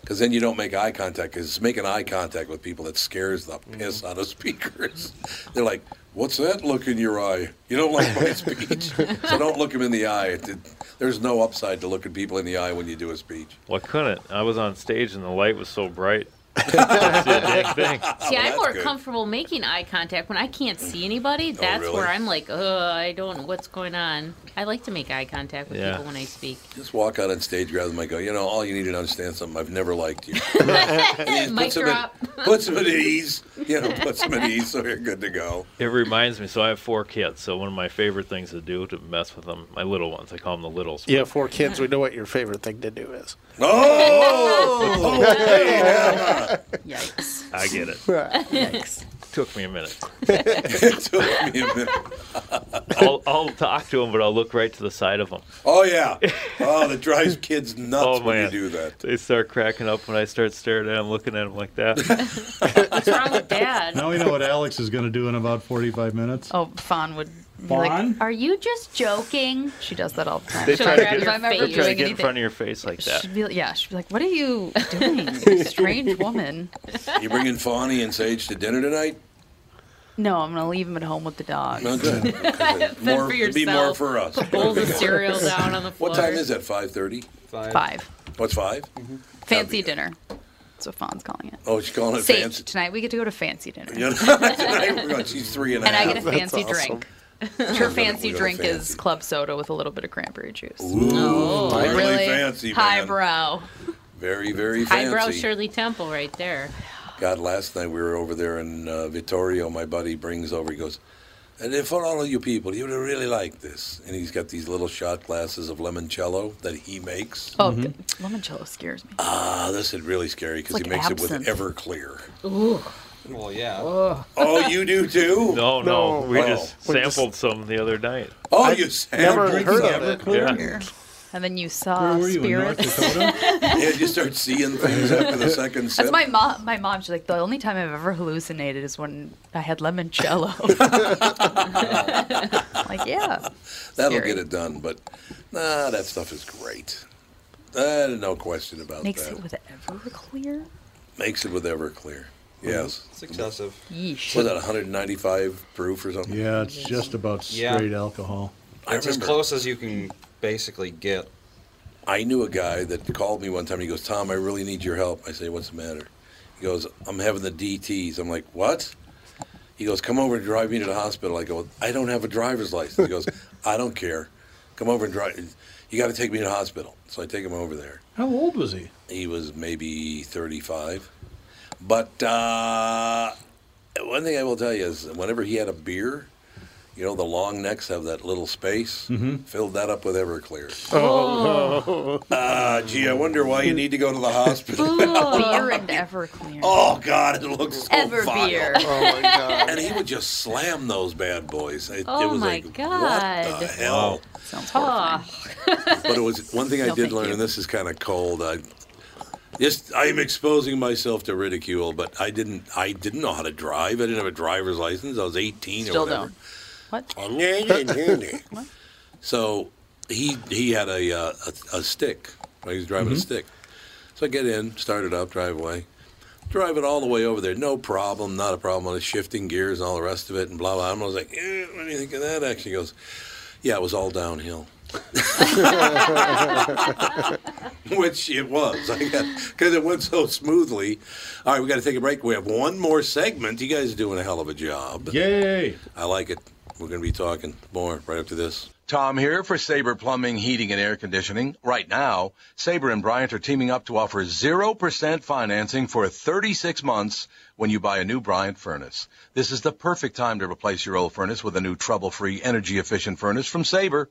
A: Because then you don't make eye contact. Because it's making eye contact with people that scares the
C: Mm-hmm.
A: piss out of speakers. They're like, "What's that look in your eye? You don't like my speech, so don't look them in the eye." It, it- there's no upside to looking people in the eye when you do a speech.
C: Well, I couldn't. I was on stage and the light was so bright. I couldn't see a dang thing.
J: Oh,
G: See, I'm more comfortable making eye contact when I can't see anybody.
C: Oh,
G: That's
C: really?
G: where I'm like, oh, I don't know what's going on. I like to make eye contact with
A: Yeah.
G: people when I speak.
A: Just walk out on stage, grab them, and go, you know, all you need to understand something. I've never liked you.
G: Mic
A: puts them
G: drop.
A: at, puts them at ease. You know, puts them at ease so you're good to go.
C: It reminds me. So I have four kids. So one of my favorite things to do to mess with them, my little ones, I call them the littles.
E: You have four kids. We know what your favorite thing to do is.
C: Oh!
G: Yikes.
C: I get it.
G: Yikes.
C: Took me a minute.
A: it took me a minute.
C: I'll, I'll talk to them, but I'll look right to the side of them.
A: Oh yeah. Oh, that drives kids nuts
C: Oh,
A: when
C: man.
A: you do that.
C: They start cracking up when I start staring at them, looking at them like that.
G: What's wrong with dad?
B: Now we know what Alex is going to do in about 45 minutes.
D: Oh, Fawn would be
B: Fawn?
D: like, "Are you just joking?" She does that all the time.
C: They
D: She'll
C: try to
D: grab-
C: get,
D: if I'm ever
C: they try to
D: doing
C: get in
D: anything-
C: front of your face like that.
D: She'd be, yeah, she'd be like, "What are you doing, you strange woman?"
A: You bringing Fawny and Sage to dinner tonight?
D: No, I'm gonna leave him at home with the dogs.
A: No, good.
D: Fend for
A: More, it'd be more
D: yourself.
A: for us.
D: Put bowls of cereal down on the
A: What
D: floor.
A: time is that? Five thirty.
D: Five. Five.
A: What's 5
D: Fancy dinner. That's what Fawn's calling it.
A: Oh, she's calling it
D: Sage,
A: fancy.
D: Tonight we get to go to fancy dinner.
A: You know, tonight we're going- she's three and a
D: and I
A: half.
D: get a fancy drink. Her
A: We
D: fancy
A: go to
D: drink is
A: fancy.
D: club soda with a little bit of cranberry juice.
A: Ooh,
D: Oh,
A: really fancy, man.
G: highbrow.
A: Very, very fancy.
G: Highbrow Shirley Temple right there.
A: God, last night we were over there and uh, Vittorio, my buddy, brings over. He goes, and if for all of you people, you would really like this. And he's got these little shot glasses of limoncello that he makes.
D: Oh, g- limoncello scares me.
A: Ah, this is really scary because
D: It's
A: he
D: like
A: makes it with
D: absinthe.
A: Everclear.
D: Ooh.
F: Well, yeah.
A: Oh, you do too?
C: No, no, we
A: Oh.
C: just
A: We just-
C: sampled some the other night.
A: Oh, you sampled
C: Yeah.
D: And then you saw
C: were you, in
G: Uh,
C: North
D: spirits.
A: yeah, you start seeing things after the second sip.
D: That's my mom. My mom. She's like, the only time I've ever hallucinated is when I had limoncello. like, yeah.
A: That'll
D: Scary.
A: get it done. But nah, that stuff is great. Uh, no question about
D: Makes
A: that.
D: it with Everclear.
A: Makes it with Everclear. Yes.
F: It's excessive.
D: Yeesh.
A: Was that 195 proof or something?
B: Yeah, it's just about
F: Yeah.
B: straight alcohol.
A: I
F: It's as
A: remember.
F: close as you can basically get.
A: I knew a guy that called me one time. He goes, Tom, I really need your help. I say, What's the matter? He goes, I'm having the DTs. I'm like, What? He goes, Come over and drive me to the hospital. I go, I don't have a driver's license. He goes, I don't care. Come over and drive. You got to take me to the hospital. So I take him over there.
B: How old was he?
A: He was maybe 35. But uh, one thing I will tell you is whenever he had a beer, you know, the long necks have that little space.
B: Mhm.
A: Filled that up with Everclear.
B: Oh.
A: Ah, gee, I wonder why you need to go to the hospital.
D: Beer and Everclear.
A: oh, God, it looks so
D: Ever
A: vile.
D: beer. Oh, my God.
A: And he would just slam those bad boys. It,
G: Oh
A: it was
G: my
A: like, what
G: God.
A: the hell?
G: Oh,
A: but it was one thing I
G: No,
A: did
G: thank
A: learn,
G: you.
A: and this is kind of cold. I just I'm exposing myself to ridicule, but I didn't I didn't know how to drive. I didn't have a driver's license. I was 18 or
D: Still
A: whatever.
D: don't. What?
A: Oh, yeah, yeah, yeah, yeah. so
J: he he had a uh, a, a stick. Right? He was driving a
K: Mhm.
J: stick. So I get in, start it up, drive away, drive it all the way over there, no problem, not a problem. It's shifting gears and all the rest of it, and blah blah. And I was like, eh, what do you think of that? Actually, He goes, yeah, it was all downhill. Which it was, because it went so smoothly. All right, we got to take a break. We have one more segment. You guys are doing a hell of a job.
A: Yay!
J: I like it. We're going to be talking more right after this.
A: Tom here for Sabre Plumbing, Heating, and Air Conditioning. Right now, Sabre and Bryant are teaming up to offer 0% financing for 36 months when you buy a new Bryant furnace. This is the perfect time to replace your old furnace with a new trouble-free, energy-efficient furnace from Sabre.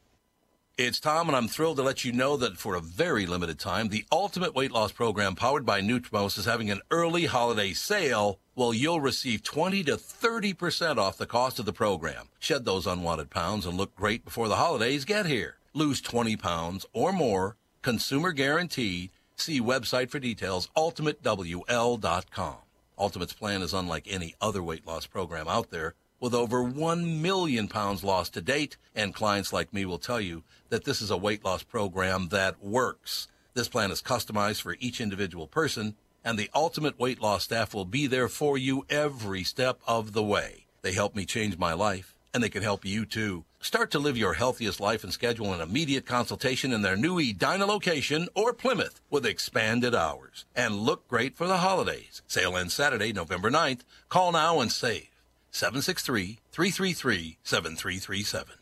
A: It's Tom, and I'm thrilled to let you know that for a very limited time, the Ultimate Weight Loss Program powered by Nutrimos is having an early holiday sale. Well, you'll receive 20 to 30% off the cost of the program. Shed those unwanted pounds and look great before the holidays get here. Lose 20 pounds or more. Consumer guarantee. See website for details, ultimatewl.com. Ultimate's plan is unlike any other weight loss program out there, with over 1 million pounds lost to date. And clients like me will tell you that this is a weight loss program that works. This plan is customized for each individual person, and the Ultimate Weight Loss staff will be there for you every step of the way. They helped me change my life, and they can help you too. Start to live your healthiest life and schedule an immediate consultation in their new Edina location or Plymouth with expanded hours. And look great for the holidays. Sale ends Saturday, November 9th. Call now and save 763 333 7337.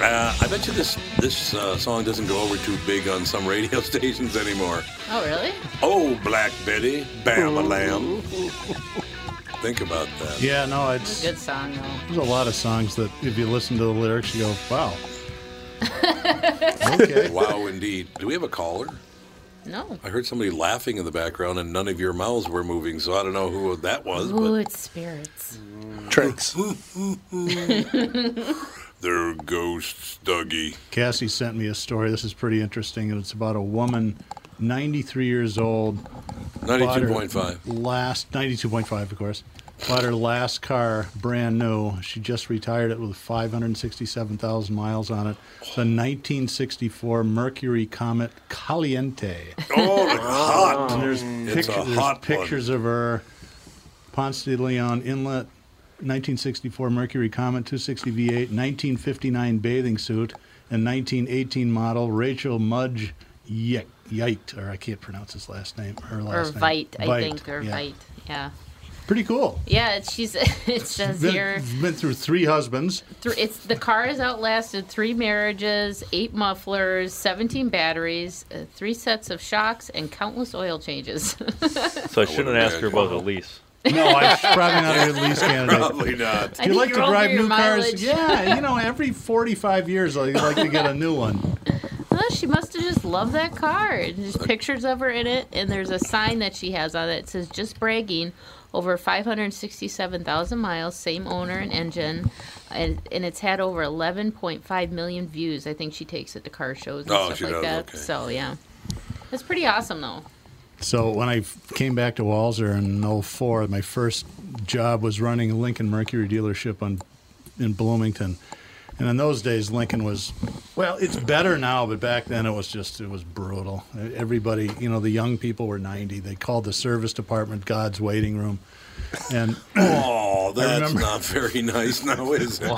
A: Uh, I bet you this this uh, song doesn't go over too big on some radio stations anymore.
G: Oh, really?
J: Oh, Black Betty, Bama Lamb. Think about that.
B: Yeah, no,
G: It's
B: it's
G: a good song, though.
B: there's a lot of songs that if you listen to the lyrics, you go, wow.
J: wow, indeed. Do we have a caller?
G: No.
J: I heard somebody laughing in the background, and none of your mouths were moving, so I don't know who that was.
G: Ooh, it's spirits.
L: Tricks.
J: They're ghosts, Dougie.
B: Cassie sent me a story. This is pretty interesting. and It's about a woman, 93 years old. bought her
J: 92.5.
B: Last, 92.5, of course. Bought her last car, brand new. She just retired it with 567,000 miles on it. It's a 1964 Mercury Comet Caliente.
J: Oh, it's hot.
B: And there's
J: It's a
B: picture- there's
J: hot one.
B: pictures of her, Ponce de Leon Inlet, 1964 Mercury Comet 260 V8, 1959 bathing suit, and 1918 model Rachel Mudge Yik- Yiked, or I can't pronounce his last name. Her
G: Or
B: last name.
G: Vite, I think, or
B: yeah.
G: Vite. Yeah.
B: Pretty cool.
G: Yeah, it's, she's,
A: Mm.
G: it says
B: been,
G: here.
B: been through three husbands.
G: Three, it's the car has outlasted three marriages, eight mufflers, seventeen batteries, uh, three sets of shocks, and countless oil changes.
C: So I shouldn't ask her about the lease.
B: No, I'm probably not a good lease candidate.
C: Probably not.
G: I
B: you
G: think
B: like to
G: you're over
B: drive
G: your
B: new
G: mileage.
B: cars? Yeah, you know, every 45 years I like to get a new one.
G: Oh, she must have just loved that car. And There's pictures of her in it, and there's a sign that she has on it. It says "Just bragging." Over 567,000 miles, same owner and engine, and, and it's had over 11.5 million views. I think she takes it to car shows and
B: Oh,
G: stuff
B: she
G: like
B: does,
G: that.
B: okay.
G: So yeah, that's pretty awesome though.
B: So when I f- came back to Walzer in 04, my first job was running a Lincoln Mercury dealership on in Bloomington. And in those days, Lincoln was, well, it's better now, but back then it was just, it was brutal. E, Everybody, you know, the young people were 90. They called the service department God's waiting room. And
J: Oh,
B: I
J: that's
B: remember-
J: not very nice now, is it?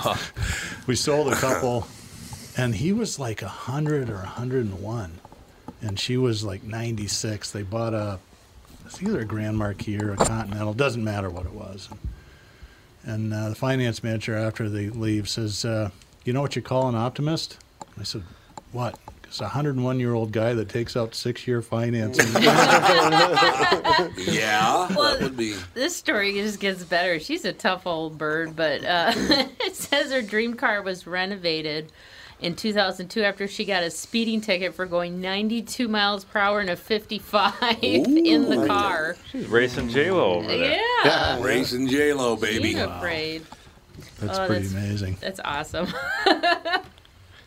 B: we sold a couple, and he was like 100 or 101, and she was like 96. They bought a, it's either a Grand Marquis or a Continental, doesn't matter what it was. And uh, the finance manager, after they leave, says, uh, You know what you call an optimist? I said, What? It's a 101 year old guy that takes out six year financing.
J: yeah,
G: Well,
J: that would be.
G: This story just gets better. She's a tough old bird, but uh, it says her dream car was renovated in 2002 after she got a speeding ticket for going 92 miles per hour in a 55 in the car.
C: She's racing J Lo over there.
G: Yeah. Yeah,
A: racing J Lo, baby.
G: Being afraid.
B: That's
G: Oh,
B: pretty amazing.
G: That's awesome.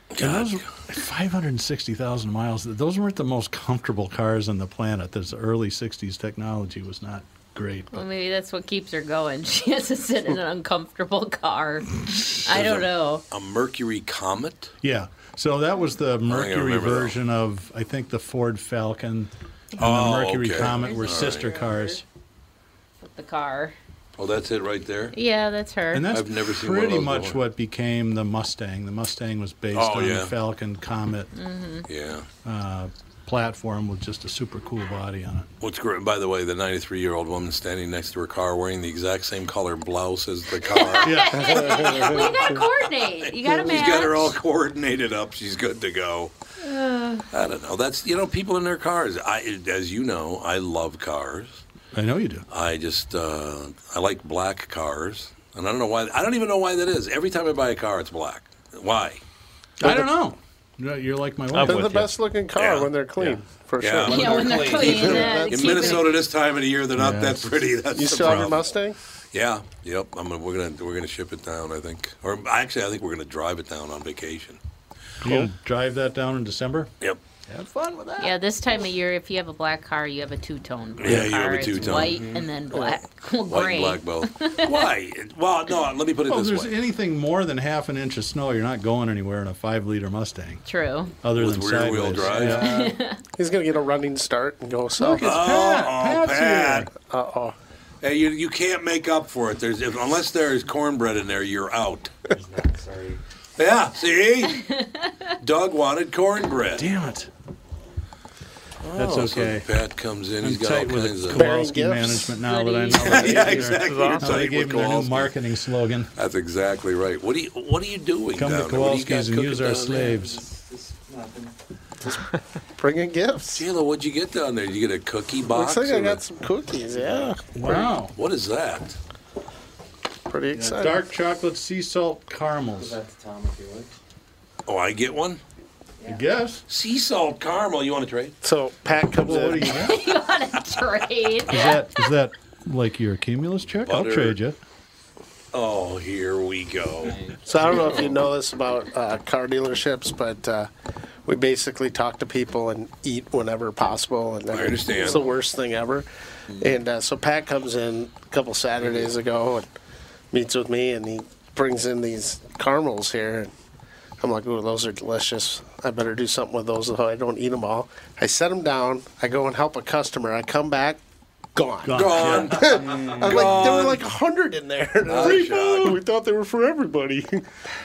B: And those 560,000 miles, those weren't the most comfortable cars on the planet. This early 60s technology was not great.
G: well, maybe that's what keeps her going. She has to sit in an uncomfortable car. I
B: There's
G: don't know.
A: A Mercury Comet?
B: Yeah. So that was the Mercury
A: remember that.
B: version of, I think, the Ford Falcon and
A: Oh,
B: the Mercury
A: okay.
B: Comet were
A: All right.
B: sister cars.
G: With the car.
A: Oh, that's it right there?
G: Yeah, that's her.
B: And that's
A: I've never seen one of
B: pretty
A: those
B: much
A: before.
B: what became the Mustang. The Mustang was based
A: Oh,
B: on
A: yeah. Mm.
B: the Falcon Comet
G: Mhm.
A: Yeah.
B: uh, platform with just a super cool body on it.
A: What's great, by the way, the 93 year old woman standing next to her car wearing the exact same color blouse as the car.
G: well, you gotta coordinate. You gotta
A: She's
G: match.
A: got her all coordinated up. She's good to go.
G: Uh,
A: I don't know. That's you know people in their cars. I, as you know, I love cars.
B: I know you do.
A: I just uh, I like black cars, and I don't know why. I don't even know why that is. Every time I buy a car, it's black. Why?
B: I don't know. No, You're like my
E: They're
B: wife.
E: the best looking car when they're clean, for
A: Yeah.
E: sure.
A: Yeah, when
G: they're clean,
A: In Minnesota this time of the year, they're not
E: Yeah.
A: that pretty. That's
E: You
A: the
E: still have your
A: problem.
E: Mustang?
A: Yeah. Yep. I'm gonna, we're gonna we're gonna ship it down. I think, or actually, I think we're gonna drive it down on vacation.
B: You'll drive that down in December?
A: Yep.
B: Have fun with that.
G: yeah, this time of year, if you have a black car, you have a two tone.
A: Yeah, you have a
G: It's
A: two-tone.
G: white
A: Mhm.
G: and then black. Well,
A: White
G: gray.
A: and black both. Why? Well, no. Let me put it
B: Well, if
A: this
B: there's
A: way.
B: anything more than half an inch of snow, you're not going anywhere in a five liter Mustang.
G: True.
B: Other
A: With
B: than
A: rear-wheel
B: sideways.
A: drive.
B: Yeah.
E: He's going to get a running start and go south.
A: it's Pat.
E: oh,
A: Pat's here.
E: Uh oh.
A: Hey, you, you can't make up for it. There's if, unless there is cornbread in there, you're out. Sorry. Yeah. See, Doug wanted cornbread.
B: Damn it. That's
A: Oh, so
B: okay.
A: Pat comes in.
B: I'm
A: he's got
B: tight
A: all
B: with
A: kinds of
B: Kowalski management now that I know. That
A: yeah,
B: they-
A: exactly.
B: Now
A: You're
B: they
A: tight
B: gave
A: with
B: them their new
A: Kowalski.
B: marketing slogan.
A: That's exactly right. What do you What are you doing?
B: Come to
A: down there? What do you got
B: Kowalski's and
A: cooking
B: use our
A: down there?
B: slaves.
E: Bring in gifts.
A: Sheila, what'd you get down there? Did you get a cookie box?
E: Looks like I
A: or a-
E: got some cookies, yeah.
B: Wow.
A: What is that?
E: Pretty excited.
B: Dark chocolate sea salt caramels.
A: Oh, I get one.
B: I guess.
A: Sea salt caramel. You want to trade?
E: So Pat comes
B: Well, what
E: in.
B: do you have?
G: you want to trade?
B: Is that is that like your cumulus check?
A: Butter.
B: I'll trade you.
A: Oh, here we go.
E: So I don't know if you know this about uh, car dealerships, but uh, we basically talk to people and eat whenever possible, and
A: I understand.
E: it's the worst thing ever. And uh, so Pat comes in a couple Saturdays ago and meets with me, and he brings in these caramels here. And I'm like, "Ooh, those are delicious! I better do something with those, though I don't eat them all." I set them down. I go and help a customer. I come back. Gone.
A: Gone.
E: I'm like, there were
A: Gone.
E: like a hundred in there.
A: Oh, shock.
E: we thought they were for everybody.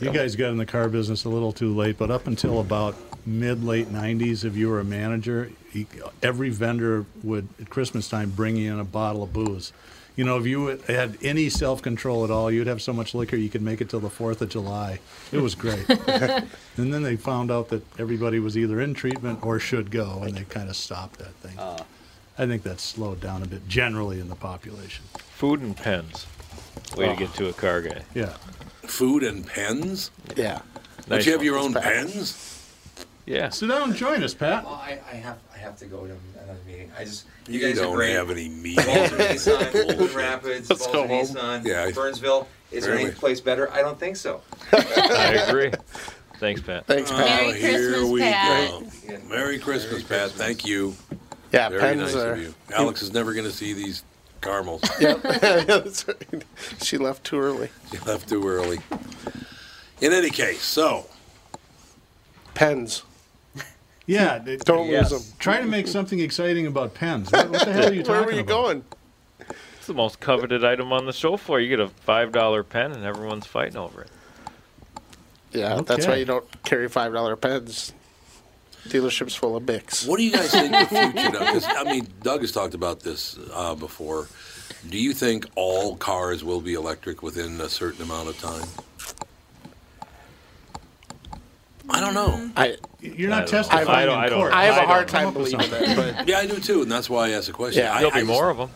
B: You guys got in the car business a little too late, but up until about mid late 90s, if you were a manager, you- every vendor would at Christmas time bring you in a bottle of booze. You know, if you would- had any self control at all, you'd have so much liquor you could make it till the 4th of July. It was great. and then they found out that everybody was either in treatment or should go, and they kind of stopped that thing. I think that's slowed down a bit generally in the population.
C: Food and pens. Way
B: Oh.
C: to get to a car guy.
B: Yeah.
A: Food and pens.
E: Yeah.
A: Don't
C: Nice
A: you have
C: one.
A: your own pens?
C: Yeah.
B: Sit down and join us, Pat.
F: Well, I, I have I have to go to another meeting. I just
A: You,
F: you, guys
A: don't
F: are great.
A: have any meat.
F: Balls of Nissan, Blue Rapids,
E: Let's
F: Balls
E: go
F: of
E: home.
F: Nissan,
A: Yeah.
F: Burnsville. Is there any
A: Really?
F: place better? I don't think so.
C: I agree. Thanks, Pat.
E: Thanks,
B: Uh-huh.
E: Pat.
G: Merry
A: Oh, here
G: Christmas,
A: we
G: Pat.
A: go. Merry Christmas, Pat. Thank you.
E: Yeah,
A: Very
E: pens
A: nice
E: are.
A: of you. Alex is never going to see these caramels.
E: Yep. That's right. she left too early.
A: she left too early. In any case, so
E: Pens.
B: Yeah. they-
E: Don't
C: Yes.
E: lose them.
B: Try to make something exciting about pens. What, what the hell are you talking
E: Where were you
B: about?
E: going?
C: It's the most coveted item on the show floor. You get a five dollar pen, and everyone's fighting over it.
E: Yeah, that's
B: Okay.
E: why you don't carry five dollar pens. Dealerships full of Bics.
A: what do you guys think the future? Doug? 'Cause, I mean, Doug has talked about this uh, before. Do you think all cars will be electric within a certain amount of time? I don't
G: Mm-hmm.
A: know.
E: I
B: You're
C: I
B: not
C: don't know.
B: testifying
C: I don't-
B: in
C: I don't-
B: court.
E: I have a
C: I
E: hard
C: don't
E: time believing that, but
A: Yeah, I do too, and that's why I asked the question.
E: Yeah.
A: I,
C: There'll
A: I
C: be
A: was-
C: more of them.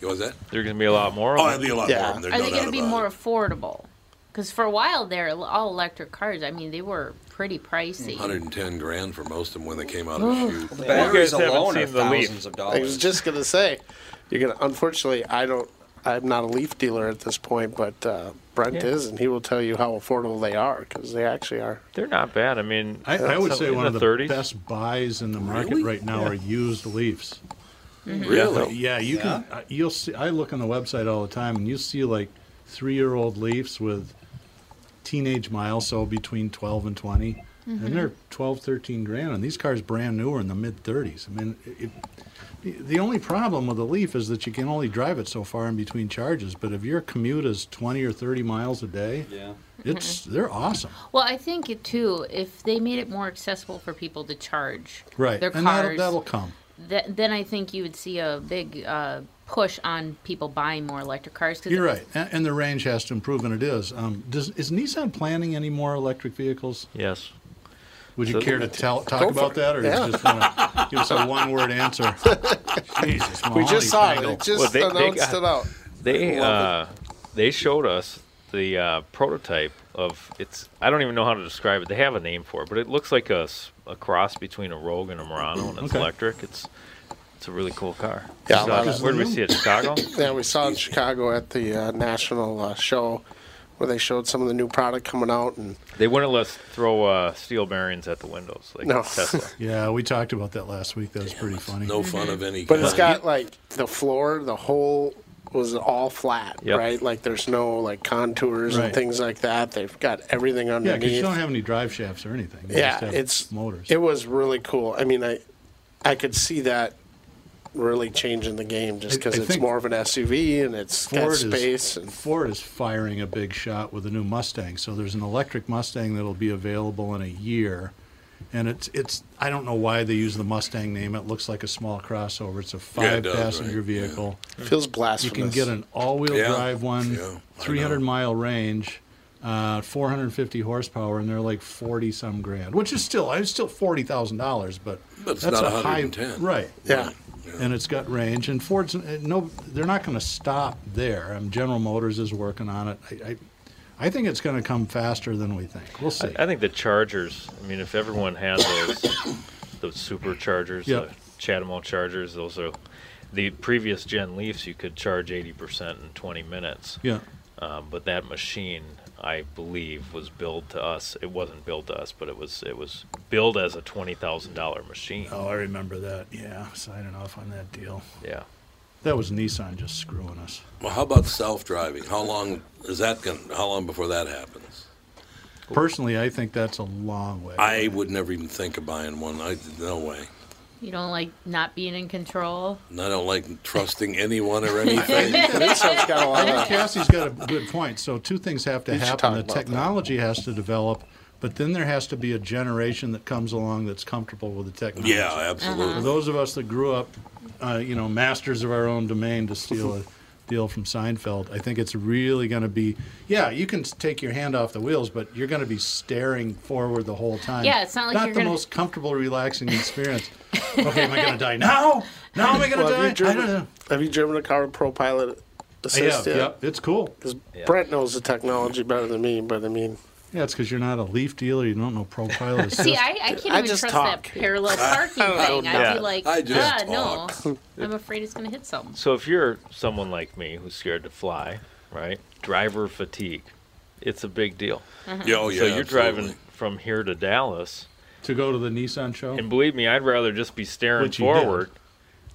A: What was that?
C: There's gonna be a lot more
A: Oh,
C: of
A: there'll
C: them.
A: be a lot
E: Yeah.
A: more. Of them.
G: Are
A: There's
G: they
A: no
G: going
A: doubt
G: to be
A: about it.
G: more affordable? Because for a while there, all electric cars, I mean, they were pretty pricey.
A: 110 grand for most of them when they came out
G: Oh,
A: of the chute.
E: The batteries
G: You guys haven't alone are seen the Leaf.
E: thousands of dollars. I was just gonna say, you're gonna. Unfortunately, I don't. I'm not a leaf dealer at this point, but uh, Brent
C: Yeah.
E: is, and he will tell you how affordable they are because they actually are.
C: They're not bad. I mean,
B: I, I would say
C: in
B: one of the
C: 30s.
B: best buys in the market
C: Really?
B: right now
C: Yeah.
B: are used leaves.
C: Mhm.
E: Really?
B: Oh, Yeah, you can. uh, You'll see. I look on the website all the time, and you see like three-year-old leaves with teenage miles, so between twelve and 20
M: Mhm.
B: and they're 12, 13 grand. And these cars brand new are in the mid thirties. I mean, it, it, the only problem with a Leaf is that you can only drive it so far in between charges. But if your commute is twenty or thirty miles a day,
F: yeah,
B: it's they're awesome.
G: Well, I think it too, if they made it more accessible for people to charge
B: Right,
G: their
B: and
G: cars,
B: that'll, that'll come.
G: th- then I think you would see a big uh, push on people buying more electric cars.
B: You're right, and, and the range has to improve, and it is. Um, does is Nissan planning any more electric vehicles?
C: Yes.
B: Would you
C: So-
B: care to tell,
C: Go
B: talk
C: for
B: about
C: it.
B: that, or
C: Yeah.
B: you just want to give us a one-word answer? Jesus, Molly Tangle.
C: Well, got- They uh, they showed us the uh, prototype of it's. I don't even know how to describe it. They have a name for it, but it looks like a, s- a cross between a Rogue and a Murano, and it's
E: Okay.
C: electric. It's it's a really cool car.
E: Yeah,
C: So,
E: I love it.
C: where did we see it? Chicago.
E: yeah, we saw it in Chicago at the uh, national uh, show where they showed some of the new product coming out, and
C: They wouldn't let us throw uh, steel bearings at the windows like
E: No.
C: Tesla.
B: Yeah, we talked about that last week. That was pretty funny.
A: no fun of any
E: But it's
A: kind.
E: got like the floor, the whole was all flat,
B: Yep.
E: right? Like there's no like contours
B: Right.
E: and things like that. They've got everything
B: Yeah, because
E: underneath.
B: you don't have any drive shafts or anything. You
E: yeah,
B: just have
E: it's
B: motors.
E: It was really cool. I mean, I I could see that really changing the game just
B: I-
E: because
B: I
E: it's
B: think
E: more of an SUV and it's got space.
B: Is, Ford is firing a big shot with a new Mustang. So there's an electric Mustang that'll be available in a year, and it's it's I don't know why they use the Mustang name. It looks like a small crossover. It's a
E: Yeah, it
B: five
E: does,
B: passenger
E: right, yeah.
B: vehicle.
E: Feels
B: You can
E: blasphemous.
B: get an all wheel
E: Yeah,
B: drive one, 300 mile range. Uh, 450 horsepower, and they're like 40 some grand, which is still, it's still $40,000, but,
A: But it's
B: that's
A: not
B: a high,
A: 110.
B: right?
E: Yeah.
B: and it's got range. And Ford's uh, no, they're not going to stop there. Um, General Motors is working on it. I, I, I think it's going to come faster than we think. We'll see.
C: I, I think the Chargers. I mean, if everyone had those, those superchargers,
B: Yeah.
C: the Chatham chargers, those are the previous gen Leafs. You could charge eighty percent in twenty minutes.
B: Yeah.
C: Um, but that machine, I believe, was billed to us. It wasn't billed to us, but it was it was billed as a twenty thousand dollar machine.
B: Oh, I remember that. Yeah, signing off on that deal.
C: Yeah.
B: That was Nissan just screwing us.
A: Well, how about self-driving? How long is that going? to How long before that happens?
B: Personally, I think that's a long way.
A: I would never even think of buying one. I no way.
G: You don't like not being in control.
A: And I don't like trusting anyone or anything.
E: Nissan's got a lot
B: I think
E: of-
B: Cassie's got a good point. So two things have to
E: We should
B: happen.
E: talk
B: The
E: about
B: technology has to develop, but then there has to be a generation that comes along that's comfortable with the technology.
A: Yeah, absolutely. Uh-huh.
B: For those of us that grew up, uh, you know, masters of our own domain to steal a deal from Seinfeld, I think it's really going to be, yeah, you can s- take your hand off the wheels, but you're going to be staring forward the whole time.
G: Yeah, it's not like
B: not
G: you're
B: the
G: gonna-
B: most comfortable, relaxing experience. okay, am I going to die now? Now am I going to
E: Well,
B: die?
E: have, you
B: I
E: driven,
B: don't know.
E: have you driven a car with ProPilot assist?
B: have, yep. It's cool.
E: Because Brent knows the technology better than me, but I mean,
B: Yeah, it's because you're not a leaf dealer. You don't know profile. assist.
G: See, I, I can't
E: I
G: even
E: just
G: trust
E: talk.
G: that parallel parking
E: I don't
G: thing. I'd
C: know.
G: be like,
C: I just
G: ah, no,
C: talk."
G: I'm afraid it's gonna hit something.
C: So if you're someone like me who's scared to fly, right? Driver fatigue, it's a big deal.
G: Mhm. Yeah, oh,
C: So
A: yeah,
C: you're driving from here to Dallas,
B: to go to the Nissan show,
C: and believe me, I'd rather just be staring
B: Which you did.
C: forward.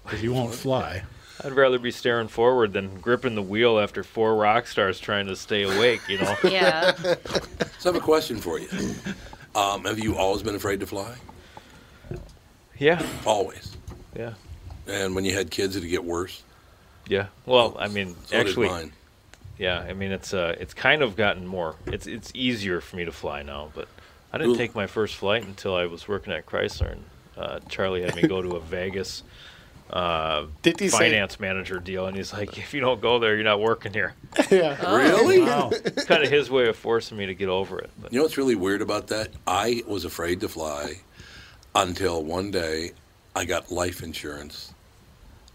B: because you won't fly.
C: I'd rather be staring forward than gripping the wheel after four rock stars trying to stay awake. You know.
G: Yeah.
A: so I have a question for you. Um, have you always been afraid to fly?
C: Yeah.
A: Always.
C: Yeah.
A: And when you had kids, did it get worse?
C: Yeah. Well, I mean,
A: So did
C: actually,
A: mine.
C: yeah. I mean, it's uh, it's kind of gotten more. It's it's easier for me to fly now, but I didn't
A: Ooh.
C: take my first flight until I was working at Chrysler, and uh, Charlie had me go to a Vegas. Uh,
E: Did he say-
C: finance manager deal, and he's like, "If you don't go there, you're not working here."
E: yeah.
A: Really?
C: It's kind of his way of forcing me to get over it.
A: You know what's really weird about that? I was afraid to fly until one day I got life insurance,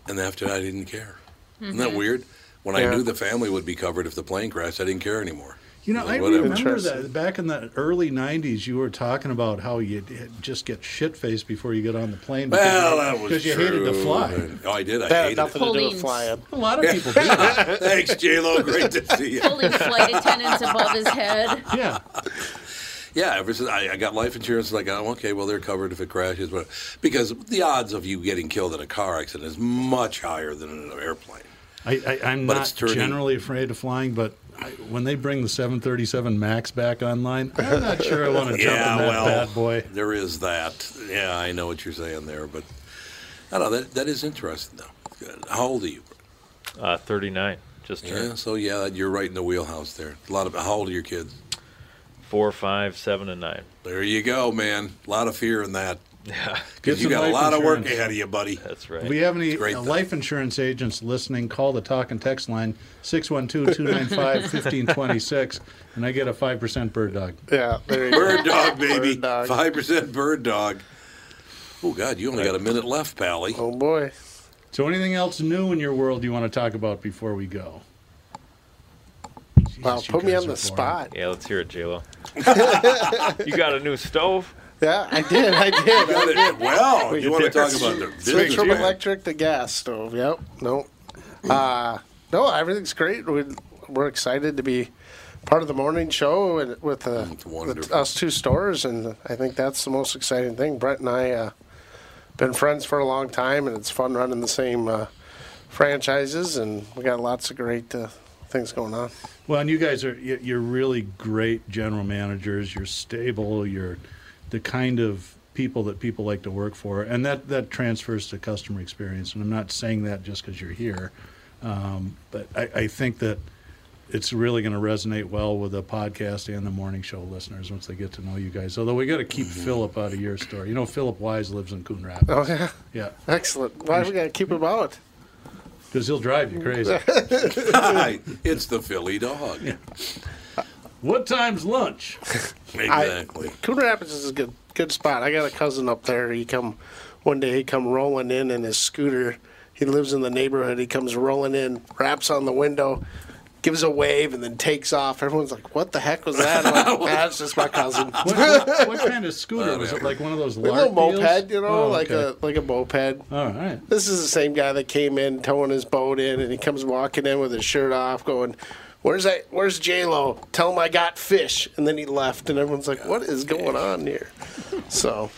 A: and after that I didn't care. Isn't that
N: Mhm.
A: weird? When
N: Yeah.
A: I knew the family would be covered if the plane crashed, I didn't care anymore.
B: You know, I
A: Whatever.
B: remember
A: Interesting.
B: that back in the early '90s, you were talking about how you d- just get shit faced before you get on the plane. because
A: Well,
B: you-
A: that was
B: because you
A: true.
B: hated to fly.
A: Oh, I did. I
B: That had
A: hated
B: nothing to do with Pauline's.
E: flying.
B: A lot of people.
A: Thanks, J Lo. Great to see you.
G: Holding flight attendants above his head.
B: Yeah.
A: Yeah, ever since I, I got life insurance, like oh, okay, well they're covered if it crashes, but because the odds of you getting killed in a car accident is much higher than in an airplane.
B: I, I, I'm
A: But it's
B: not
A: turning-
B: generally afraid of flying, but I, when they bring the 737 Max back online, I'm not sure I want to jump
A: yeah,
B: in that
A: well,
B: bad boy.
A: There is that. Yeah, I know what you're saying there, but I don't know that that is interesting though. Good. How old are you?
C: Uh, 39, just turned.
A: Yeah, so yeah, you're right in the wheelhouse there. A lot of how old are your kids?
C: Four, five, seven, and nine.
A: There you go, man. A lot of fear in that. Yeah,
B: Get
A: because you
B: some
A: got a
B: life
A: lot of work
B: insurance.
A: ahead of you, buddy.
C: That's
B: If we have any
A: It's great
B: uh,
A: though.
B: life insurance agents listening, call the talk and text line 612 295 1526, and I get a 5% bird dog.
E: Yeah, there you go.
A: Bird dog, baby.
E: Bird dog.
A: Five percent bird dog. Oh God, you only got a minute left, Pally.
E: Oh boy.
B: So, anything else new in your world you want to talk about before we go?
E: Wow,
B: you
E: put me
B: guys
E: on
B: are
E: the spot.
C: Yeah, let's hear it, J-Lo. you got a new stove?
E: Yeah, I did. I did. I did.
A: Well,
E: We
A: you wanna
E: did.
A: talk about the
E: switch
A: business
E: from
A: plan.
E: electric to gas stove? Yep. No. Uh, no, everything's great. We, we're excited to be part of the morning show and with, uh, with
A: wonderful.
E: us two stores, and I think that's the most exciting thing. Brett and I uh, been friends for a long time, and it's fun running the same uh, franchises, and we got lots of great uh, things going on.
B: Well, and you guys are you- you're really great general managers. You're stable. You're the kind of people that people like to work for, and that that transfers to customer experience. And I'm not saying that just because you're here, um, but I, I think that it's really going to resonate well with the podcast and the morning show listeners once they get to know you guys. Although we got to keep Philip out of your story. You know, Philip Wise lives in Coon Rapids.
E: Oh yeah,
B: yeah,
E: excellent. Why we got to keep him out?
B: because he'll drive you crazy.
A: it's the Philly dog.
B: what time's lunch?
A: Exactly.
E: Coon Rapids is a good good spot. I got a cousin up there. He come one day. He come rolling in in his scooter. He lives in the neighborhood. He comes rolling in, raps on the window, gives a wave, and then takes off. Everyone's like, "What the heck was that?" I'm like, "Ah, That's just my cousin.
B: What, what, what kind of scooter was it? Like one of those
E: A
B: large
E: little moped, you know,
B: Oh,
E: like a like a moped.
B: All right.
E: This is the same guy that came in towing his boat in, and he comes walking in with his shirt off, going, "Where's that? Where's J Lo? Tell him I got fish." And then he left, and everyone's like, "What is going on here?" So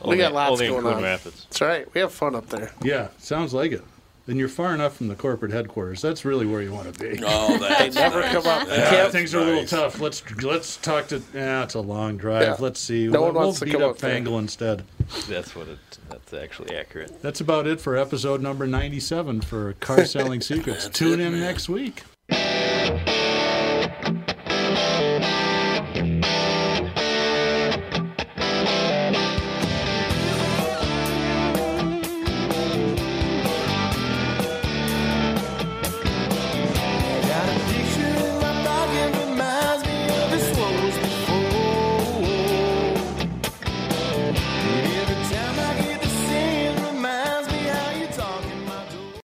E: we
B: Only-
E: got lots
B: only in
E: going
B: Coon
E: on.
B: Rapids.
E: That's right. We have fun up there.
B: Yeah, sounds like it. And you're far enough from the corporate headquarters. That's really where you want to be.
A: Oh, that's
E: They never nice. come up.
B: Yeah,
E: Yep.
B: things are a little tough. Let's let's talk to. Yeah, it's a long drive.
C: Yeah.
B: Let's see. we'll
C: No one
B: we'll
C: wants to
B: beat
C: come
B: up
C: up there.
B: Fangle instead.
C: That's what it, that's actually accurate.
B: That's about it for episode number 97 for Car Selling Secrets. Tune in next week.